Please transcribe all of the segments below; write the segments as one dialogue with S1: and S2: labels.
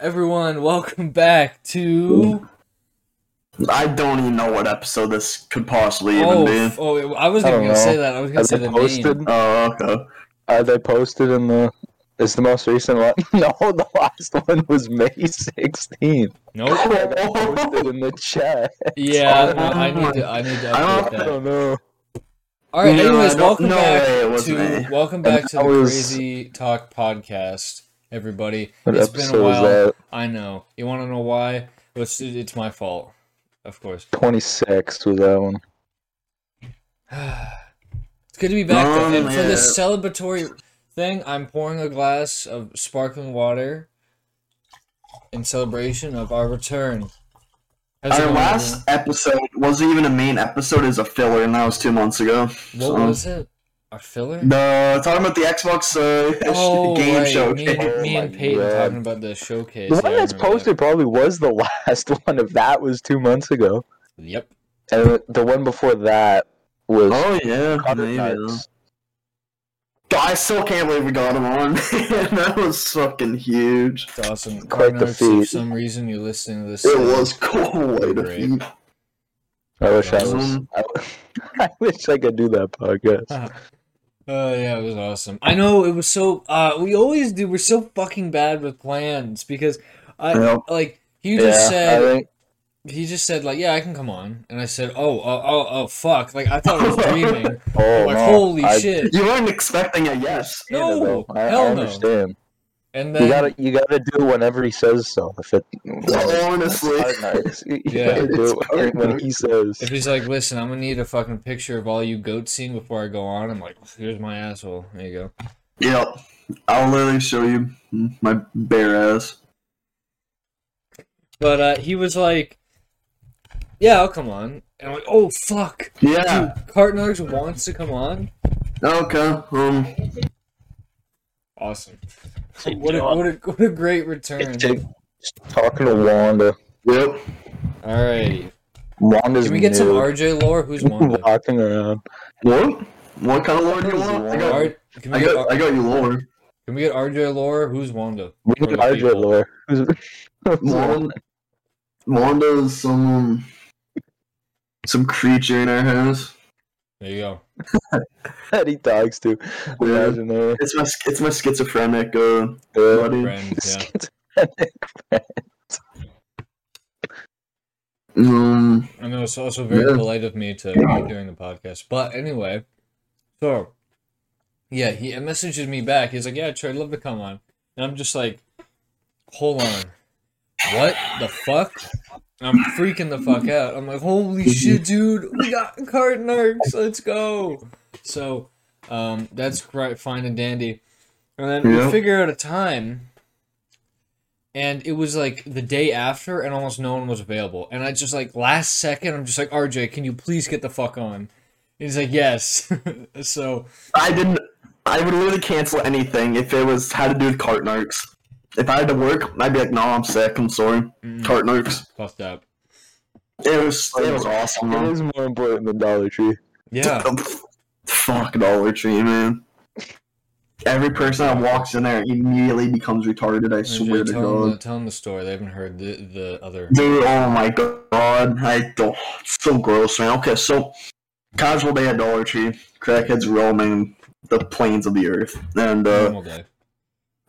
S1: Everyone, welcome back to.
S2: I don't even know what episode this could possibly even
S1: Oh,
S2: be.
S1: f- oh, I was
S3: I
S1: not
S3: don't
S1: gonna say
S3: know.
S1: that. I was gonna
S3: Are
S1: say
S3: they
S1: the
S3: posted?
S1: name.
S2: Oh, okay.
S3: Are they posted in the? Is the most recent one? No, the last one was May sixteenth.
S1: Nope.
S3: Posted in the chat.
S1: Yeah, no, I need to. I need to
S2: I don't-
S1: update
S3: I
S1: that.
S3: don't know.
S1: All right.
S2: No,
S1: Anyways,
S2: I don't-
S1: welcome
S2: Uh, no
S1: back
S2: way it was
S1: to
S2: me.
S1: welcome back to the
S3: that was-
S1: Crazy Talk podcast, everybody.
S3: What
S1: it's been a
S3: episode was uh,
S1: while.
S3: that?
S1: I know. You want to know why? It's it's my fault, of course.
S3: Twenty six was that one.
S1: it's good to be back. though.
S3: Um,
S2: Oh,
S1: and for
S2: man.
S1: this celebratory thing, I'm pouring a glass of sparkling water in celebration of our return. How's it
S2: Our
S1: going,
S2: last episode wasn't even a main episode; it was a filler, and that was two months ago.
S1: everyone? What
S2: so-
S1: was it? Our filler?
S2: The talking about the Xbox uh,
S1: oh,
S2: game
S1: right. Me,
S2: showcase.
S1: and-
S3: Oh
S1: me and
S3: my
S1: Peyton
S3: God.
S1: talking about the showcase.
S3: The
S1: Yeah,
S3: one
S1: I
S3: that's
S1: remember
S3: posted probably was the last one. If that was two months ago,
S1: that. Yep.
S3: and the one before that was.
S2: Oh yeah,
S3: Cover
S2: maybe.
S3: Knights.
S2: God, I still can't believe we got him on. man. that was fucking huge.
S1: It's awesome.
S3: Quite the
S1: Cardinals, if for
S3: feat.
S1: some reason you're listening to this.
S2: It
S1: uh,
S2: was cool. Way to
S1: Great.
S2: feed.
S3: I wish I was.
S2: Um,
S3: I, I wish I could do that podcast.
S1: Oh yeah, it was awesome. I know it was so. Uh, we always do. We're so fucking bad with plans because I
S2: Yep.
S1: like you just
S3: yeah,
S1: said
S3: I think
S1: he just said like yeah I can come on and I said oh oh oh, oh fuck like I thought I was dreaming
S3: Oh,
S1: like
S3: no,
S1: holy
S3: I-
S1: shit
S2: You weren't expecting a yes.
S3: understand
S1: no
S3: it, though. I, I
S1: hell no
S3: understand.
S1: and
S3: You
S1: then
S3: gotta, you gotta do whenever he says so. If it,
S2: Honestly.
S3: Hard knocks. You
S1: Yeah.
S3: gotta do
S2: It's
S3: it
S2: hard
S3: when
S2: knocks.
S3: he says.
S1: if he's like listen I'm gonna need a fucking picture of all you goat seeing before I go on I'm like here's my asshole there you go
S2: Yep. I'll literally show you my bare ass.
S1: but uh, he was like yeah I'll come on and I'm like oh fuck
S2: Yeah.
S1: dude Cartnarks wants to come on
S2: Okay. Um.
S1: awesome what a, what a what a great return
S3: Jake, talking to Wanda.
S2: Yep.
S1: all right
S3: Wanda's
S1: can we get some
S3: new.
S1: RJ lore who's Wanda
S3: walking around.
S2: What? What kind of lore do you want? I got,
S1: Ar- can we
S2: I
S1: get
S2: got, I got you lore.
S1: Can we get RJ Lore? Who's Wanda?
S3: We
S1: For
S3: need
S1: the
S3: RJ
S1: people.
S3: lore. Who's- who's
S2: Wanda, Wanda is some um, some creature in our house.
S1: There you go.
S3: that he talks to? Imagine her.
S2: It's my sch- it's my schizophrenic uh,
S3: Uh,
S2: buddy.
S1: Friend, yeah.
S2: Um.
S1: I know it's also very
S2: Yeah.
S1: polite of me to be doing the podcast. But anyway, so yeah, he messages me back. He's like, Yeah, sure, I'd love to come on. And I'm just like, Hold on. What the fuck? I'm freaking the fuck out. I'm like, holy shit, dude, we got Cartnarks, let's go. So, um, that's quite fine and dandy. And then
S2: Yeah.
S1: we figure out a time, and it was like the day after, and almost no one was available. And I just like last second, I'm just like, RJ, can you please get the fuck on? And he's like, yes. so
S2: I didn't. I would literally cancel anything if it was had to do with cart narcs. If I had to work, I'd be like, no, I'm sick. I'm sorry.
S1: mm,
S2: Cart narcs.
S1: fucked up.
S2: It was it was awesome.
S3: it
S2: though.
S3: is more important than Dollar Tree.
S1: Yeah.
S2: Fuck Dollar Tree, man. Every person that walks in there immediately becomes retarded. I swear
S1: RJ,
S2: to
S1: tell, them the,
S2: God.
S1: tell them the story. They haven't heard the, the other.
S2: Dude, oh my God, I don't. It's so gross, man. Okay, so casual day at Dollar Tree, crackheads roaming the plains of the earth, and uh,
S1: normal day.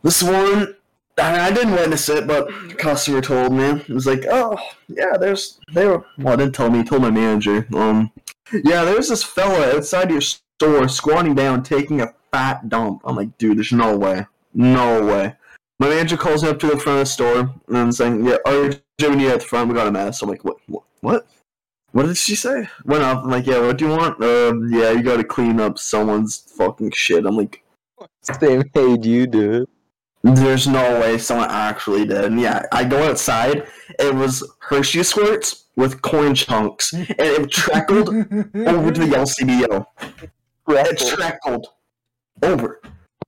S2: this one. I, mean, I didn't witness it, but customer told me. It was like, oh, yeah, there's. They were. Well, didn't tell me. Told my manager. Um, yeah, there's this fella outside your store squatting down, taking a fat dump. I'm like, dude, there's no way. No way. My manager calls me up to the front of the store and saying, yeah, RJ, we need you at the front. We got a mess. I'm like, what? What? What? What did she say? Went off. I'm like, yeah, what do you want? Um, yeah, you gotta clean up someone's fucking shit. I'm like,
S3: They made you do it.
S2: there's no way someone actually did. And yeah, I go outside. It was Hershey squirts with corn chunks, and it trickled over to the LCBO. It trickled over.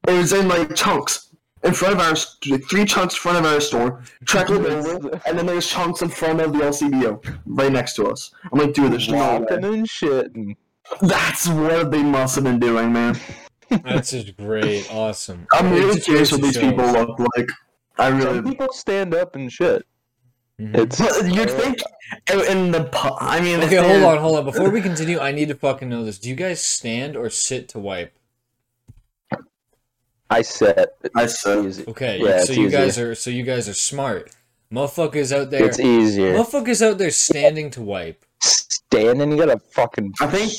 S2: It was in like chunks in front of our st- three chunks in front of our store, trickled over, and then there's chunks in front of the LCBO right next to us. I'm like, dude, there's no way.
S3: Walking and shitting.
S2: That's what they must have been doing, man.
S1: That's just great. Awesome.
S2: I'm
S1: It
S2: really
S1: just
S2: curious
S1: goes
S2: what
S1: to
S2: these
S1: show.
S2: people look like. I
S3: Some
S2: really.
S3: people stand up and shit.
S1: Mhm.
S3: It's
S2: But You'd think in the. po- I mean, if
S1: Okay, hold
S2: they're-
S1: on, hold on. Before we continue, I need to fucking know this. Do you guys stand or sit to wipe?
S3: I sit. It's
S2: I said.
S3: easy.
S1: Okay,
S3: Yeah,
S1: so
S3: it's
S1: you guys are so you guys are smart. Motherfuckers out there
S3: It's easier.
S1: Motherfuckers out there standing to wipe.
S3: Standing, you gotta fucking.
S2: I think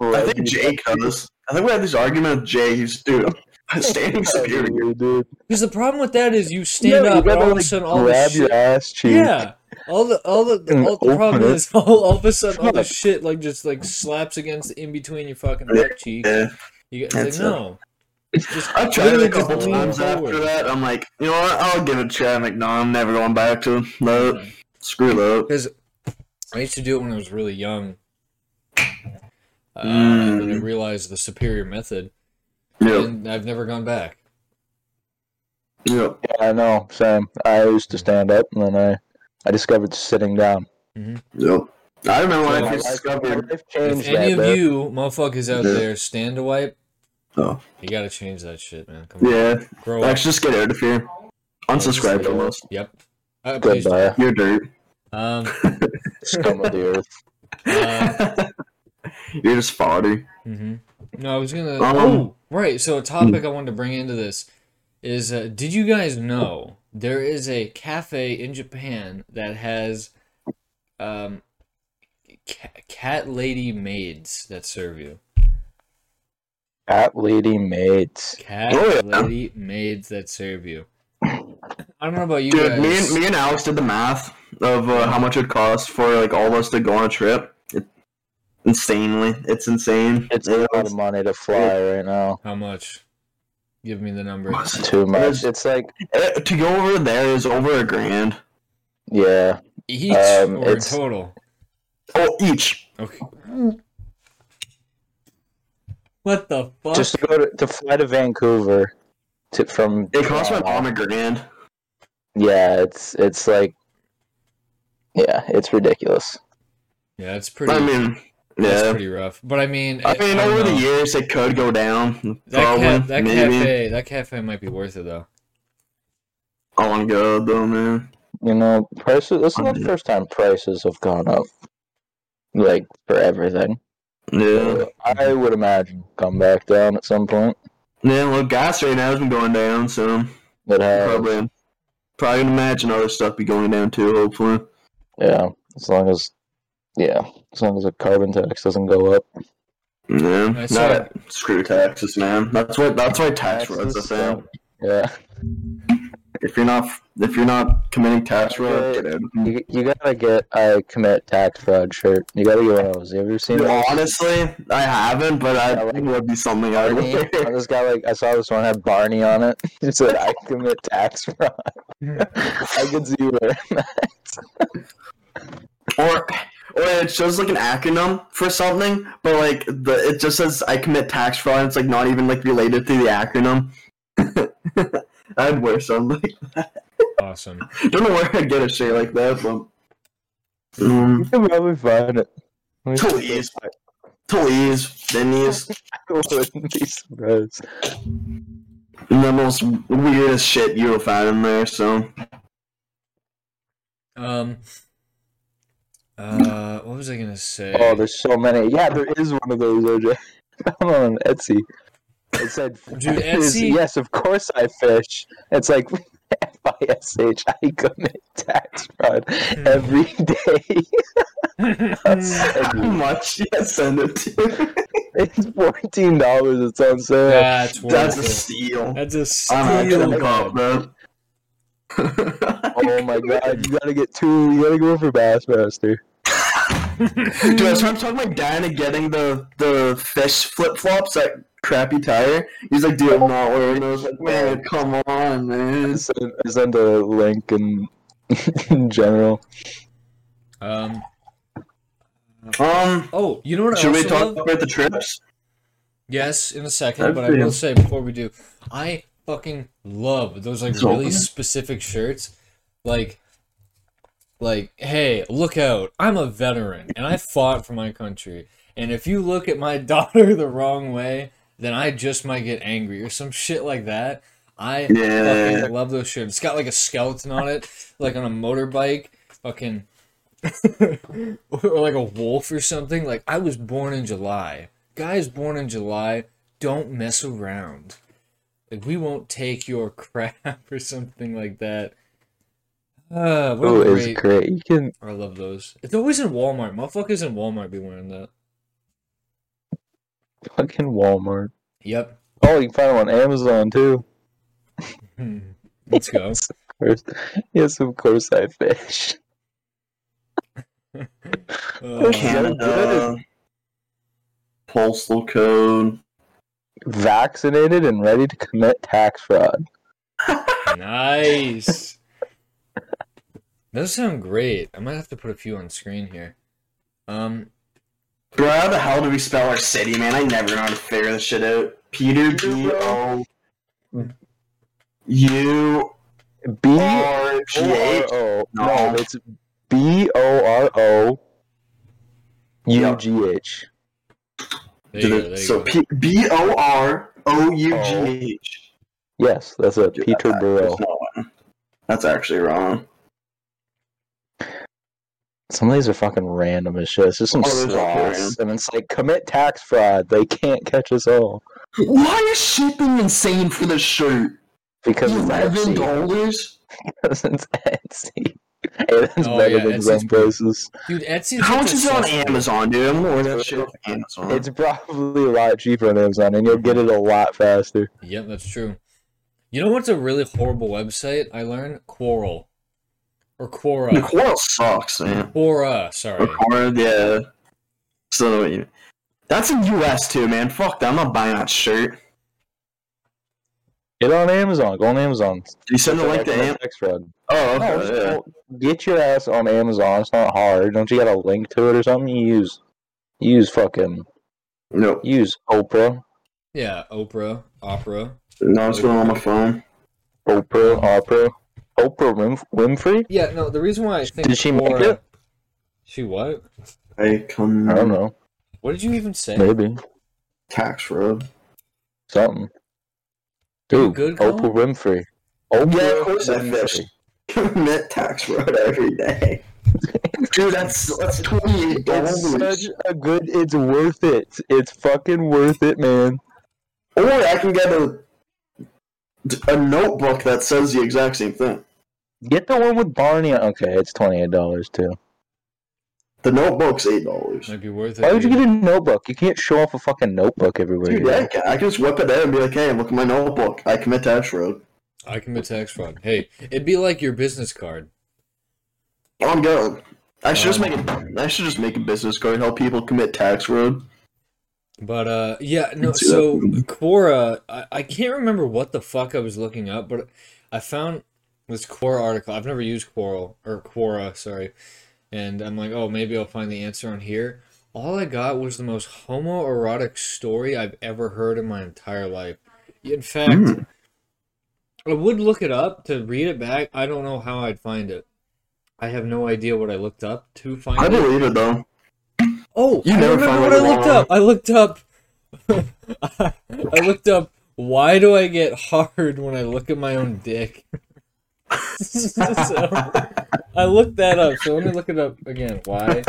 S2: I think Jay does. I think we had this argument with Jay. He's dude, standing superior.
S3: dude.
S1: Because the problem with that is you stand
S3: No,
S1: up
S3: you
S1: and
S3: gotta,
S1: all of a
S3: like,
S1: sudden all
S3: grab
S1: this
S3: your
S1: shit.
S3: ass cheek.
S1: Yeah. All the all the
S3: And
S1: all the problem
S3: open it.
S1: is all, all of a sudden all the
S3: Fuck.
S1: shit like just like slaps against in between your fucking
S2: Yeah.
S1: butt cheek.
S2: Yeah.
S1: You get
S2: That's
S1: it's
S2: it.
S1: like no. Just
S2: I tried it
S1: literally
S2: a couple
S1: just lean
S2: times after
S1: forward.
S2: that. I'm like, you know what? I'll give it a try. I'm like, no, I'm never going back to that. Screw that.
S1: Because I used to do it when I was really young. Uh, And
S2: Mm.
S1: then I realized the superior method,
S2: Yep.
S1: and I've never gone back.
S2: Yep.
S3: Yeah, I know. Same. I used to stand up, and then I, I discovered sitting down.
S2: Yep. I remember when
S1: So-
S2: I
S3: My
S2: first
S3: life- my
S2: discovered.
S3: life
S1: If
S3: changed
S1: any
S3: that,
S1: of
S3: bro.
S1: you motherfuckers out
S2: Yeah.
S1: there stand to wipe,
S2: Oh.
S1: you gotta change that shit, man. Come on,
S2: Yeah.
S1: grow up.
S2: Actually, just get out of here. Unsubscribe from us.
S1: Yep. Uh, please do.
S3: Goodbye.
S2: You're dirt.
S1: Um,
S3: Scum of the earth.
S1: Uh,
S2: You're just fodder.
S1: mhm. No, I was gonna.
S2: Um, hmm.
S1: oh, right. So, a topic I wanted to bring into this is: uh, Did you guys know there is a cafe in Japan that has um, ca- cat lady maids that serve you?
S3: At lady mates.
S1: Cat
S2: Oh, yeah.
S1: lady maids that serve you. I don't know about you
S2: Dude,
S1: guys.
S2: me and me and Alex did the math of uh, how much it costs for like all of us to go on a trip. It, insanely, it's insane.
S3: It's a
S2: It
S3: lot of
S2: was-
S3: money to fly right now.
S1: How much? Give me the number.
S2: was it-
S3: Too much.
S2: was-
S3: It's like,
S2: eh, to go over there is over a grand.
S3: yeah.
S1: Each
S3: Um,
S1: or in
S3: it's-
S1: total?
S2: Oh, each.
S1: Okay. What the fuck?
S3: Just to go to, to fly to Vancouver, to from
S2: It costs my
S3: Toronto.
S2: mom a grand.
S3: Yeah, it's it's like, yeah, it's ridiculous.
S1: yeah, it's pretty.
S2: I mean,
S1: That's
S2: yeah.
S1: pretty rough. But I mean,
S2: I mean,
S1: don't
S2: over the
S1: know.
S2: years it could go down.
S1: that,
S2: Probably,
S1: ca- that
S2: maybe.
S1: cafe, that cafe might be worth it though.
S2: Oh my god, though, man.
S3: You know, prices. This is not the first time prices have gone up, like for everything.
S2: Yeah.
S3: I would imagine come back down at some point.
S2: Yeah, well, gas right now has been going down, so
S3: It has,
S2: probably, probably can imagine other stuff be going down too. Hopefully.
S3: yeah. As long as, yeah, as long as the carbon tax doesn't go up.
S2: Yeah,
S1: I
S2: not
S1: saw-
S2: screw taxes, man. That's what. That's why tax fraud's a
S3: Taxes,
S2: thing.
S3: Yeah,
S2: If you're not, if you're not committing tax fraud, get out.
S3: you, you gotta get I commit tax fraud shirt. You gotta get one of those. You ever seen those?
S2: Honestly, I haven't, but I
S3: Yeah, like-
S2: it would be something I would.
S3: Barney. I just got like I saw this one had Barney on it. It said I commit tax fraud. I can see where
S2: or or it shows like an acronym for something, but like the it just says I commit tax fraud. And it's like not even like related to the acronym. I'd wear something.
S1: Awesome.
S2: Don't know where I'd get a shirt like that from. Um,
S3: you can probably find it.
S2: Please. Please, Benny's,
S3: I wouldn't be surprised.
S2: the most weirdest shit you'll find in there. So
S1: Um. Uh, what was I gonna say?
S3: Oh, there's so many. Yeah, there is one of those, OJ. I'm on Etsy. It said
S1: Dude,
S3: fishes.
S1: Etsy-
S3: Yes, of course I fish. It's like F I S H. I commit tax fraud
S1: Hmm.
S3: every day.
S2: how
S1: Hmm.
S2: much? Yeah, send it to.
S3: it's fourteen dollars. It's on sale.
S1: that's worth
S2: That's a
S1: it.
S2: steal.
S1: That's a steal.
S2: I'm actually cop,
S1: man.
S2: bro.
S3: Oh my god, you gotta get two. You gotta go for Bassmaster.
S2: Dude, I was trying to talk my dad into getting the the fish flip flops that crappy tire. He's like, dude, I'm not wearing those. Like, man, come on,
S3: I
S2: man.
S3: sent, I sent a link in, in general.
S1: Um.
S2: Um,
S1: Oh, you know what? I
S2: should we
S1: also
S2: talk
S1: love?
S2: about the trips?
S1: Yes, in a second,
S2: I've
S1: but I
S2: seen
S1: will
S2: them.
S1: say before we do, I fucking love those like
S2: It's
S1: really
S2: open.
S1: specific shirts. Like like, hey, look out. I'm a veteran and I fought for my country. And if you look at my daughter the wrong way, then I just might get angry or some shit like that. I
S2: Yeah.
S1: fucking love those shit. It's got like a skeleton on it, like on a motorbike, fucking, or like a wolf or something. Like I was born in July. Guys born in July don't mess around. Like we won't take your crap or something like that. Uh, what a
S3: Oh, it's
S1: great.
S3: great. You can
S1: I love those. It's always in Walmart. Motherfuckers in Walmart be wearing that.
S3: fucking Walmart.
S1: Yep.
S3: Oh, you can find them on Amazon too.
S1: Hmm. Let's go.
S3: Yes, of course. Yes, of course I fish.
S1: Uh,
S2: Canada. Postal code.
S3: Vaccinated and ready to commit tax fraud.
S1: nice. Those sound great. I might have to put a few on screen here. Um,
S2: Bro, how the hell do we spell our city, man? I never know how to figure this shit out. Peter B O U
S3: B O
S2: R G
S3: R
S2: H.
S3: O.
S2: No.
S3: No, it's B O R O U G H.
S1: there you go. There you
S2: So
S1: go.
S2: P- B O R O U G H.
S3: Yes, that's a
S2: Yeah,
S3: Peter Burrow.
S2: That's not one. That's actually wrong.
S3: Some of these are fucking random as shit. It's just some
S2: Oh, those are
S3: sauce. And it's like, commit tax fraud. They can't catch us all.
S2: Why is shipping insane for this shirt?
S3: Because it's
S2: Eleven
S3: Etsy.
S2: dollars.
S3: Because it's Etsy. Hey, that's
S1: Oh,
S3: better
S1: yeah,
S3: than
S1: Etsy's
S3: some places.
S1: Dude, Etsy.
S2: How much is it on Amazon, dude? I'm gonna order that shit off Amazon.
S3: It's probably a lot cheaper on Amazon, and you'll get it a lot faster.
S1: Yep, that's true. You know what's a really horrible website? I learned Quarrel or
S2: the
S1: Quora.
S2: coil sucks, man.
S1: Quora. Sorry.
S2: Record, yeah. So you- that's in US too, man. Fuck that. I'm not buying that shirt.
S3: Get on Amazon. Go on Amazon.
S2: You send the
S3: It's
S2: link to
S3: commit
S2: Am-
S3: tax fraud.
S2: Oh,
S3: No,
S2: okay.
S3: just
S2: yeah.
S3: go- get your ass on Amazon. It's not hard. Don't you got a link to it or something? You use, you use fucking,
S2: Nope.
S3: you use Oprah,
S1: Yeah, Oprah. Opera.
S2: No, it's going on my phone.
S3: Oprah, Oprah, Oprah Winf- Winfrey.
S1: Yeah, no. The reason why I think
S3: Did she make
S1: Quora-
S3: it?
S1: She what?
S2: I come
S3: I don't know.
S1: What did you even say?
S3: Maybe
S2: tax road.
S3: something.
S1: You
S3: Dude,
S1: good,
S3: Oprah
S1: Colin?
S3: Winfrey. Oprah
S2: Yeah, of course I
S3: Winfrey.
S2: fished. Commit tax road every day. Dude, that's that's twenty eight
S3: It's
S2: dollars.
S3: such a good. It's worth it. It's fucking worth it, man.
S2: Or I can get a a notebook that says the exact same thing.
S3: Get the one with Barney. on- Okay, it's twenty eight dollars too.
S2: The notebook's eight dollars.
S1: Might be worth it.
S3: Why would you
S1: dude.
S3: get a notebook? You can't show off a fucking notebook everywhere.
S2: Dude,
S3: you
S2: yeah, I
S3: go.
S2: can, I can just whip it out and be like, "Hey, look at my notebook. I commit tax road."
S1: I commit tax fraud. Hey, it'd be like your business card.
S2: Oh, I'm going. I should just
S1: Um,
S2: make a, I should just make a business card help people commit tax road.
S1: But uh, yeah, no.
S2: Let's do
S1: So
S2: that.
S1: Quora, I, I can't remember what the fuck I was looking up, but I found this Quora article. I've never used Quora or Quora, sorry. And I'm like, oh, maybe I'll find the answer on here. All I got was the most homoerotic story I've ever heard in my entire life. In fact,
S2: Hmm.
S1: I would look it up to read it back. I don't know how I'd find it. I have no idea what I looked up to find
S2: I
S1: it.
S2: believe it though.
S1: Oh,
S2: You
S1: I
S2: never
S1: remember
S2: find
S1: what I
S2: what
S1: looked
S2: you're
S1: up. I looked up. I looked up. Why do I get hard when I look at my own dick? so, I looked that up. So let me look it up again. Why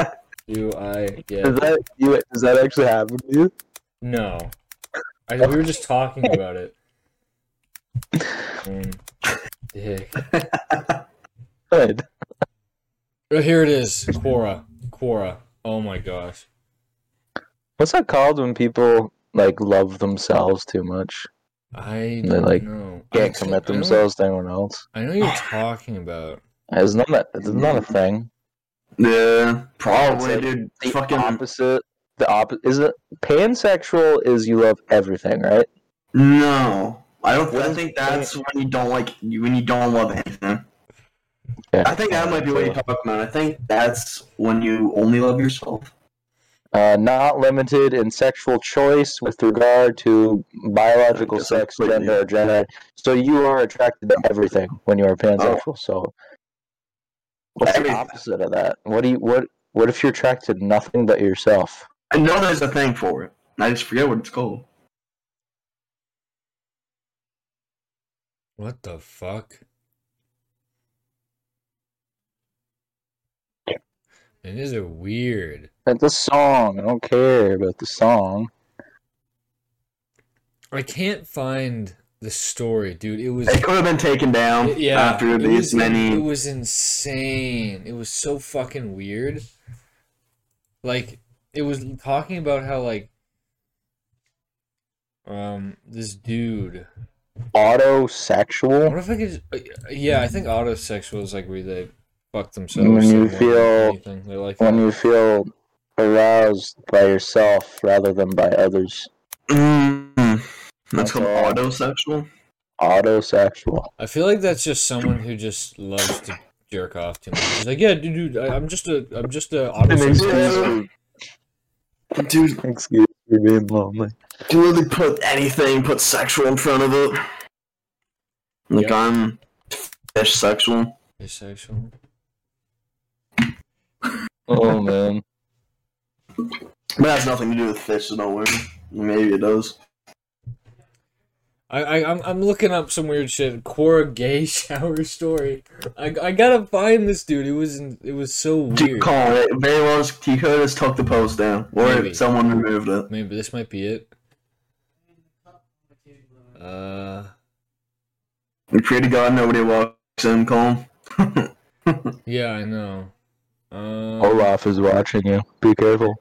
S1: do I
S3: Does
S1: get
S3: that you? Does that actually happen to you?
S1: no? I, we were just talking about it. Um, dick.
S3: Good.
S1: Oh, here it is. Quora. Quora. Oh my gosh.
S3: What's that called when people like love themselves too much?
S1: I
S3: They,
S1: don't
S3: like,
S1: know. I
S3: Can't
S1: actually-
S3: commit
S1: I know-
S3: themselves to anyone else.
S1: I know what you're talking about.
S3: It's not a, it's not a thing.
S2: Yeah, probably,
S3: It's like
S2: dude.
S3: The
S2: Fucking
S3: opposite. The opposite is it pansexual is you love everything, right?
S2: no. I don't. I
S3: What
S2: think
S3: is-
S2: that's when you don't like when you don't love anything.
S3: Yeah.
S2: I think that might be what you're talking about. I think that's when you only love yourself.
S3: uh, not limited in sexual choice with regard to biological
S2: That's
S3: sex,
S2: completely-
S3: gender, or gender. So you are attracted to everything when you are pansexual.
S2: Oh.
S3: So what's the
S2: Everything.
S3: opposite of that? What do you what What if you're attracted to nothing but yourself?
S2: I know there's a thing for it. I just forget what it's called.
S1: What the fuck? And these are weird.
S3: But the song, I don't care about the song.
S1: I can't find the story, dude. It was
S2: It could have been taken down
S1: yeah.
S2: after
S1: it
S2: these
S1: was, It
S2: many.
S1: was insane. It was so fucking weird. Like it was talking about how like um this dude. What
S3: Autosexual.
S1: if I could? Just, uh, yeah, I think autosexuals like where they fuck themselves.
S3: When you
S1: or
S3: feel-
S1: anything. they like
S3: When you feel aroused by yourself rather than by others.
S2: Mm, that's called
S3: Okay.
S2: autosexual.
S3: Autosexual.
S1: I feel like that's just someone who just loves to jerk off too much. He's like, yeah, dude, dude I, I'm just a, I'm just a
S2: excuse
S1: autosexual.
S2: me. Dude,
S3: Excuse me for being lonely.
S2: literally put anything, put sexual in front of it. Like
S1: Yeah.
S2: I'm fish sexual.
S1: Bisexual.
S3: Oh man.
S2: But that's nothing to do with fish, so don't worry. Maybe it does.
S1: I, I I'm I'm looking up some weird shit. Quora gay shower story. I, I gotta find this dude. It was in- it was so
S2: T-
S1: weird.
S2: call it. Very well, just T code has took the post down, or
S1: Maybe.
S2: if someone removed it.
S1: Maybe this might be it. Uh,
S2: We pray to God nobody walks in, Colin.
S1: yeah, I know. Um,
S3: Olaf is watching you. Be careful.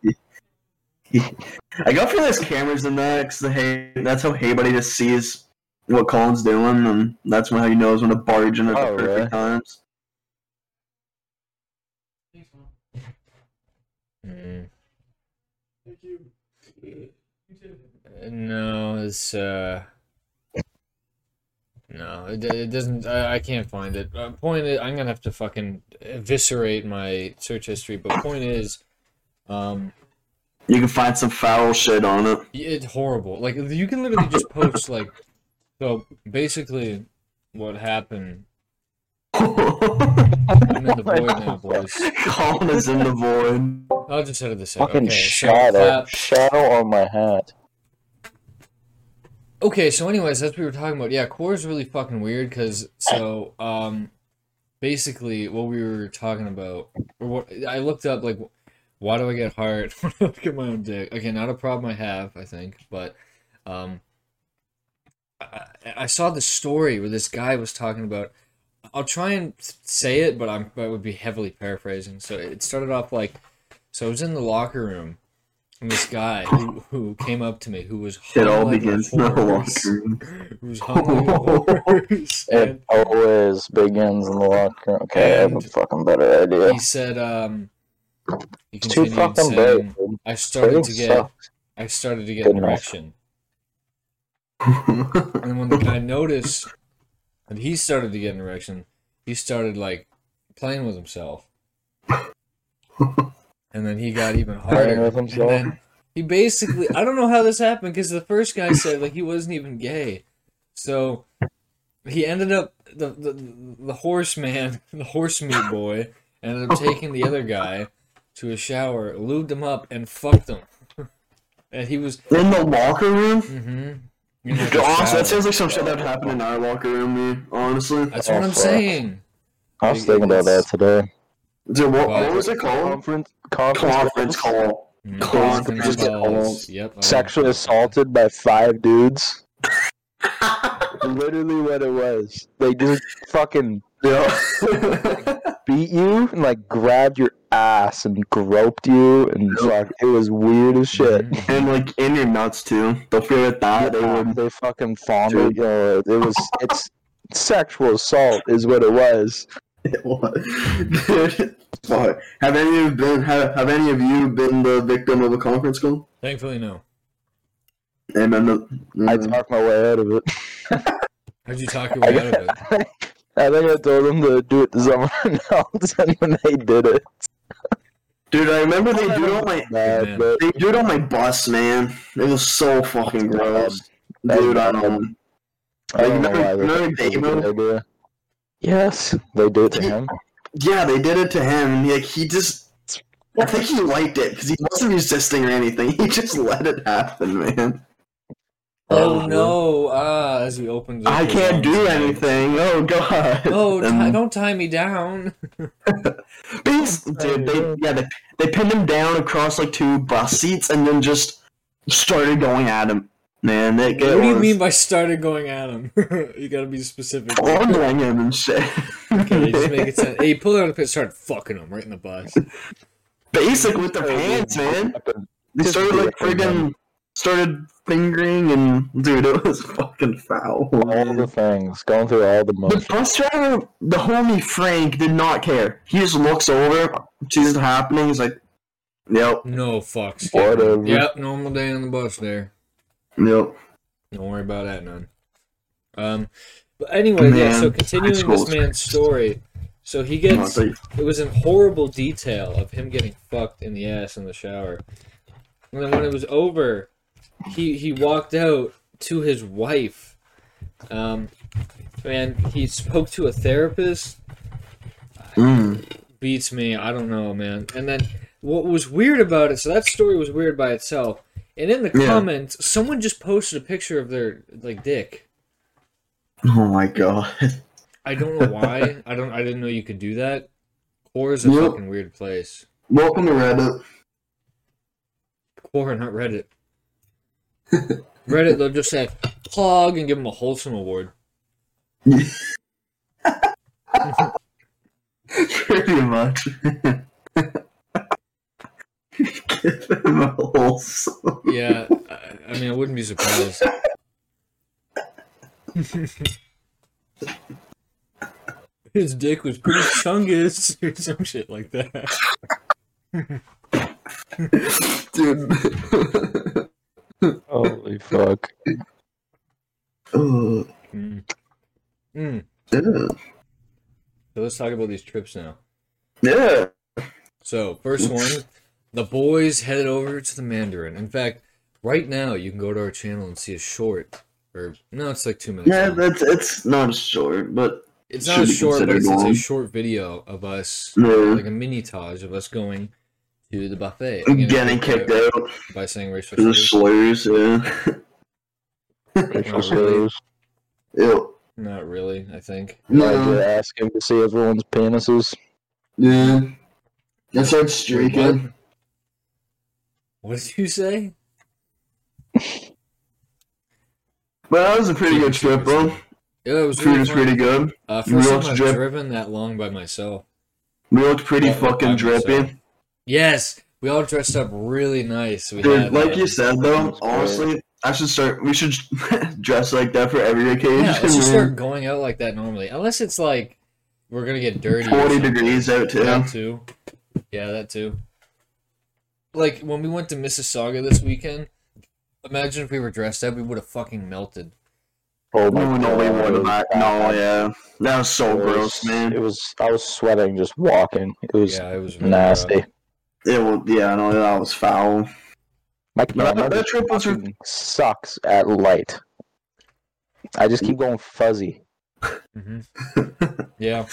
S2: I got for this cameras in that because hey, that's how Haybuddy just sees what Colin's doing, and that's when how he knows when to barge in at
S3: Oh,
S2: the perfect
S3: really?
S2: times.
S1: mm. No, it's uh. No, it, it doesn't. I, I can't find it. Uh, point is, I'm gonna have to fucking eviscerate my search history. But point is, um,
S2: You can find some foul shit on it.
S1: Yeah, It's horrible. Like you can literally just post like so basically what happened I'm
S3: Oh
S1: in the void now, boys.
S2: Colin is in the void.
S1: I'll just edit this out.
S3: Fucking
S1: Okay, so
S3: shadow.
S1: clap.
S3: Shadow on my hat.
S1: Okay, so anyways, that's what we were talking about. Yeah, core is really fucking weird because so um basically what we were talking about or what I looked up like why do I get hard when I look at my own dick? Okay, not a problem I have, I think, but um I, I- I saw this story where this guy was talking about I'll try and say it, but I'm I would be heavily paraphrasing. So it started off like so I was in the locker room and this guy who, who came up to me who was
S2: It
S1: hung
S2: all
S1: like a
S2: begins in the
S1: horse
S2: locker room.
S1: who's hung like a horse.
S3: It
S1: And
S3: always begins in the locker room. Okay, I have a
S1: And-
S3: fucking better idea.
S1: he said, um, he
S3: It's too
S1: continued
S3: fucking
S1: saying,
S3: big. dude.
S1: I started to
S3: Things
S1: get,
S3: suck.
S1: I started to get
S3: Good
S1: an
S3: enough.
S1: erection. And when the guy noticed that he started to get an erection, he started like playing with himself. And then he got even harder.
S3: Playing with
S1: And
S3: himself.
S1: then he basically, I don't know how this happened because the first guy said like he wasn't even gay. So he ended up, the, the, the horse man, the horse meat boy, ended up taking the other guy to a shower, lubed him up, and fucked him. and he was,
S2: in the locker room?
S3: Mm-hmm.
S1: mm hmm.
S2: Honestly, that sounds like some shit that would happen in our locker room, dude, honestly.
S1: That's what
S3: Oh,
S1: I'm
S3: fuck.
S1: saying.
S3: I was thinking about that
S1: It's-
S3: today.
S2: Dude, what,
S1: Wow.
S2: what was it called?
S3: Conference, conference,
S2: Conference
S3: calls.
S2: call.
S1: Mm,
S2: Clogged
S1: fucking
S2: just
S1: balls.
S3: balls.
S1: Yep. uh, I
S3: Sexually
S1: wouldn't-
S3: assaulted by five dudes. Literally what it was. They just fucking
S2: Yeah.
S3: beat you and like grabbed your ass and groped you and fuck. It was weird as shit.
S1: Mhm.
S2: And like in your nuts too. Don't forget that. They would.
S3: they fucking fondled. you know, it was it's sexual assault is what it was.
S2: Dude, fuck. Have any of been? Have, have any of you been the victim of a conference call?
S1: Thankfully, no.
S2: And then the,
S3: I talked my way out of it.
S1: How'd you talk your way out of it?
S3: I think I told them to do it to someone else, and when they did it,
S2: dude, I remember they do it on my
S3: bad, but
S2: they do it on my bus, man. It was so fucking gross, dude. I um,
S3: Oh, I don't know
S2: Remember-
S3: why. they
S2: remember
S3: thought it was a
S2: Damo?
S3: good idea. Yes, they did it to him.
S2: yeah, they did it to him, and like he just. I think he liked it because he wasn't resisting or anything. He just let it happen, man.
S1: Oh
S2: Um,
S1: no! Ah, as he opens. up
S2: I
S1: his
S2: can't do
S1: arms.
S2: anything. Um, Oh god.
S1: Oh, ti-
S2: And
S1: don't tie me down.
S2: bas- dude, they yeah they they pinned him down across like two bus seats and then just started going at him. Man, that
S1: What do you mean by started going at him? you gotta be specific.
S2: Ordering him and shit.
S1: Okay, just make it sense. Hey, pull it out of the pit, start fucking him right in the bus.
S2: Basic with their hands, man. They
S3: Just
S2: started like
S3: ripping
S2: friggin' started fingering and dude, it was fucking foul.
S3: All the things, going through all the
S2: The
S3: motions.
S2: bus driver, the homie Frank, did not care. He just looks over, sees it happening. He's like, "Yep,
S1: No fucks.
S3: Whatever.
S1: Yep, normal day on the bus there.
S2: yep."
S1: Don't worry about that none. Um, but anyway, yeah. So
S2: Man, high
S1: continuing
S2: school
S1: this
S2: is-
S1: man's story, so he
S2: I'm not
S1: gets
S2: like,
S1: It was in horrible detail of him getting fucked in the ass in the shower. And then when it was over, he he walked out to his wife. Um, and he spoke to a therapist.
S2: mm,
S1: Beats me. I don't know, man. And then what was weird about it? So that story was weird by itself. And in the
S2: Yeah.
S1: comments, someone just posted a picture of their like dick.
S2: oh my god.
S1: I don't know why. I don't. I didn't know you could do that. Or is a
S2: Yep.
S1: fucking weird place.
S2: Welcome to Reddit.
S1: Quora, not Reddit. Reddit, they'll just say plug and give him a wholesome award.
S2: Pretty much. Give him a wholesome.
S1: Yeah, I, I mean, I wouldn't be surprised. His dick was pretty chungus or some shit like that.
S2: Dude.
S3: Holy fuck.
S2: Ugh,
S1: Mm. Mm.
S2: yeah.
S1: So let's talk about these trips now.
S2: Yeah.
S1: So, first one, the boys headed over to the Mandarin. In fact, right now you can go to our channel and see a short. Or no, it's like two minutes.
S2: Yeah,
S1: long.
S2: that's it's not short, but
S1: It's
S2: Should
S1: not a
S2: be
S1: short, but
S2: considered Mm-hmm.
S1: it's, it's a
S2: long.
S1: short video of us,
S2: yeah,
S1: like a mini tage of us going to the buffet. and
S2: getting kicked out.
S1: By saying racial
S2: The
S1: slurs.
S2: slurs, yeah.
S3: Racial
S1: Not really.
S3: slurs.
S2: Ew.
S1: Not really, I think.
S3: Like you're asking to see everyone's penises.
S2: Yeah. I started
S1: Wait,
S2: streaking.
S1: what? What did you say?
S2: But that was a pretty good trip, bro.
S1: Yeah, it was
S2: Food
S1: really
S2: was pretty
S1: fun.
S2: good.
S1: Uh,
S2: Real
S1: first time I've
S2: strip.
S1: driven that long by myself.
S2: We looked pretty
S1: Yeah,
S2: fucking
S1: by myself.
S2: drippy.
S1: Yes, we all dressed up really nice. We
S2: Dude,
S1: had, uh,
S2: like you said though,
S3: That's great.
S2: honestly, I should start. We should dress like that for every occasion.
S1: yeah, let's just
S2: man.
S1: start going out like that normally, unless it's like we're gonna get dirty. or
S2: Forty
S1: something.
S2: degrees out too.
S1: That too. Yeah, that too. Like when we went to Mississauga this weekend, imagine if we were dressed up, we would have fucking melted.
S3: Oh my
S2: No, no, we
S3: God, it
S2: wouldn't.
S3: was
S2: I- No,
S3: bad.
S2: yeah, that was so
S3: It was-
S2: gross, man.
S3: It was. I was sweating just walking. It was
S1: yeah, it was really
S3: nasty.
S1: rough.
S2: It was, yeah, no, that was foul.
S3: My
S2: No, that-
S3: camera
S2: that trip was-
S3: fucking sucks at light. I just keep going fuzzy.
S1: Mhm. yeah,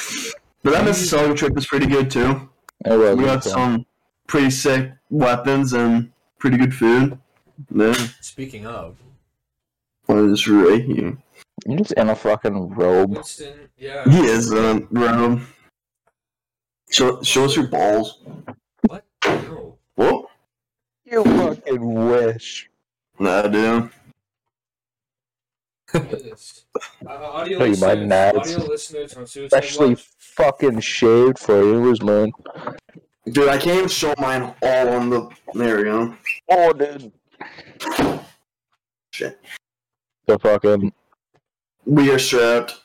S2: But that Mississauga trip was pretty good too.
S3: It was.
S2: We got some pretty sick weapons and pretty good food. Man,
S1: speaking of
S2: was right here.
S3: You're just in a fucking robe.
S1: Winston, yeah,
S2: He is um, Rome. Show, show us your balls.
S1: what? No.
S2: Whoop.
S3: You fucking wish.
S2: Nah, dude.
S1: look at this. Uh, audio,
S3: Hey, my
S1: listeners,
S3: nads.
S1: audio listeners on Suicide
S3: Especially
S1: Watch,
S3: fucking shaved for you, is man.
S2: Dude, I can't even show mine all on the. There we go.
S3: Oh, dude.
S2: Shit.
S3: The fucking
S2: We are strapped.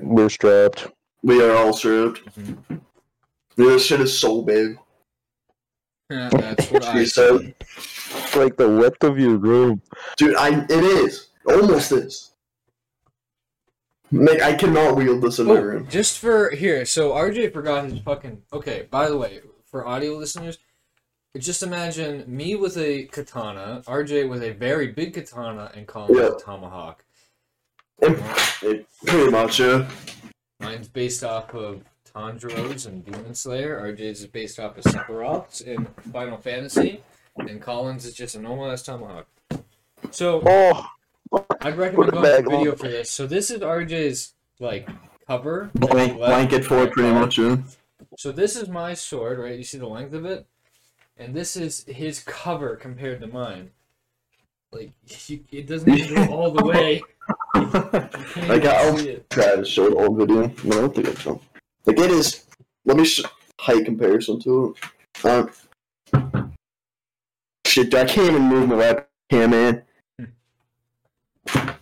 S3: we're strapped.
S2: We are all strapped.
S1: Mhm.
S2: Dude, this shit is so big.
S1: Yeah, that's what I
S2: He said.
S3: It's like the width of your room.
S2: Dude, I it is almost is. Mate, I cannot wield this in my
S1: Oh,
S2: room.
S1: just for here, so RJ forgot his fucking. Okay, by the way, for audio listeners, just imagine me with a katana, RJ with a very big katana, and Colin with
S2: Yeah.
S1: a tomahawk.
S2: It, pretty much, yeah.
S1: Mine's based off of Tanjiro's and Demon Slayer. RJ's is based off of Sephiroth's in Final Fantasy, and Colin's is just a normal ass tomahawk. So
S3: Oh,
S1: I'd recommend
S3: Put it
S1: going to
S3: back
S1: video
S3: on.
S1: for this. So this is RJ's like cover. that he
S2: Blank,
S1: left
S2: blanket
S1: in
S2: for
S1: my
S2: it, pretty
S1: car.
S2: much. Yeah.
S1: So this is my sword, right? You see the length of it, and this is his cover compared to mine. Like you, it doesn't even go all the way. You can't
S2: Like,
S1: even
S2: I'll-
S1: see it.
S2: Try to show the old video. but I don't think it's done. Like it is. Let me sh- height comparison to it. Um, shit, dude, I can't even move my webcam, man.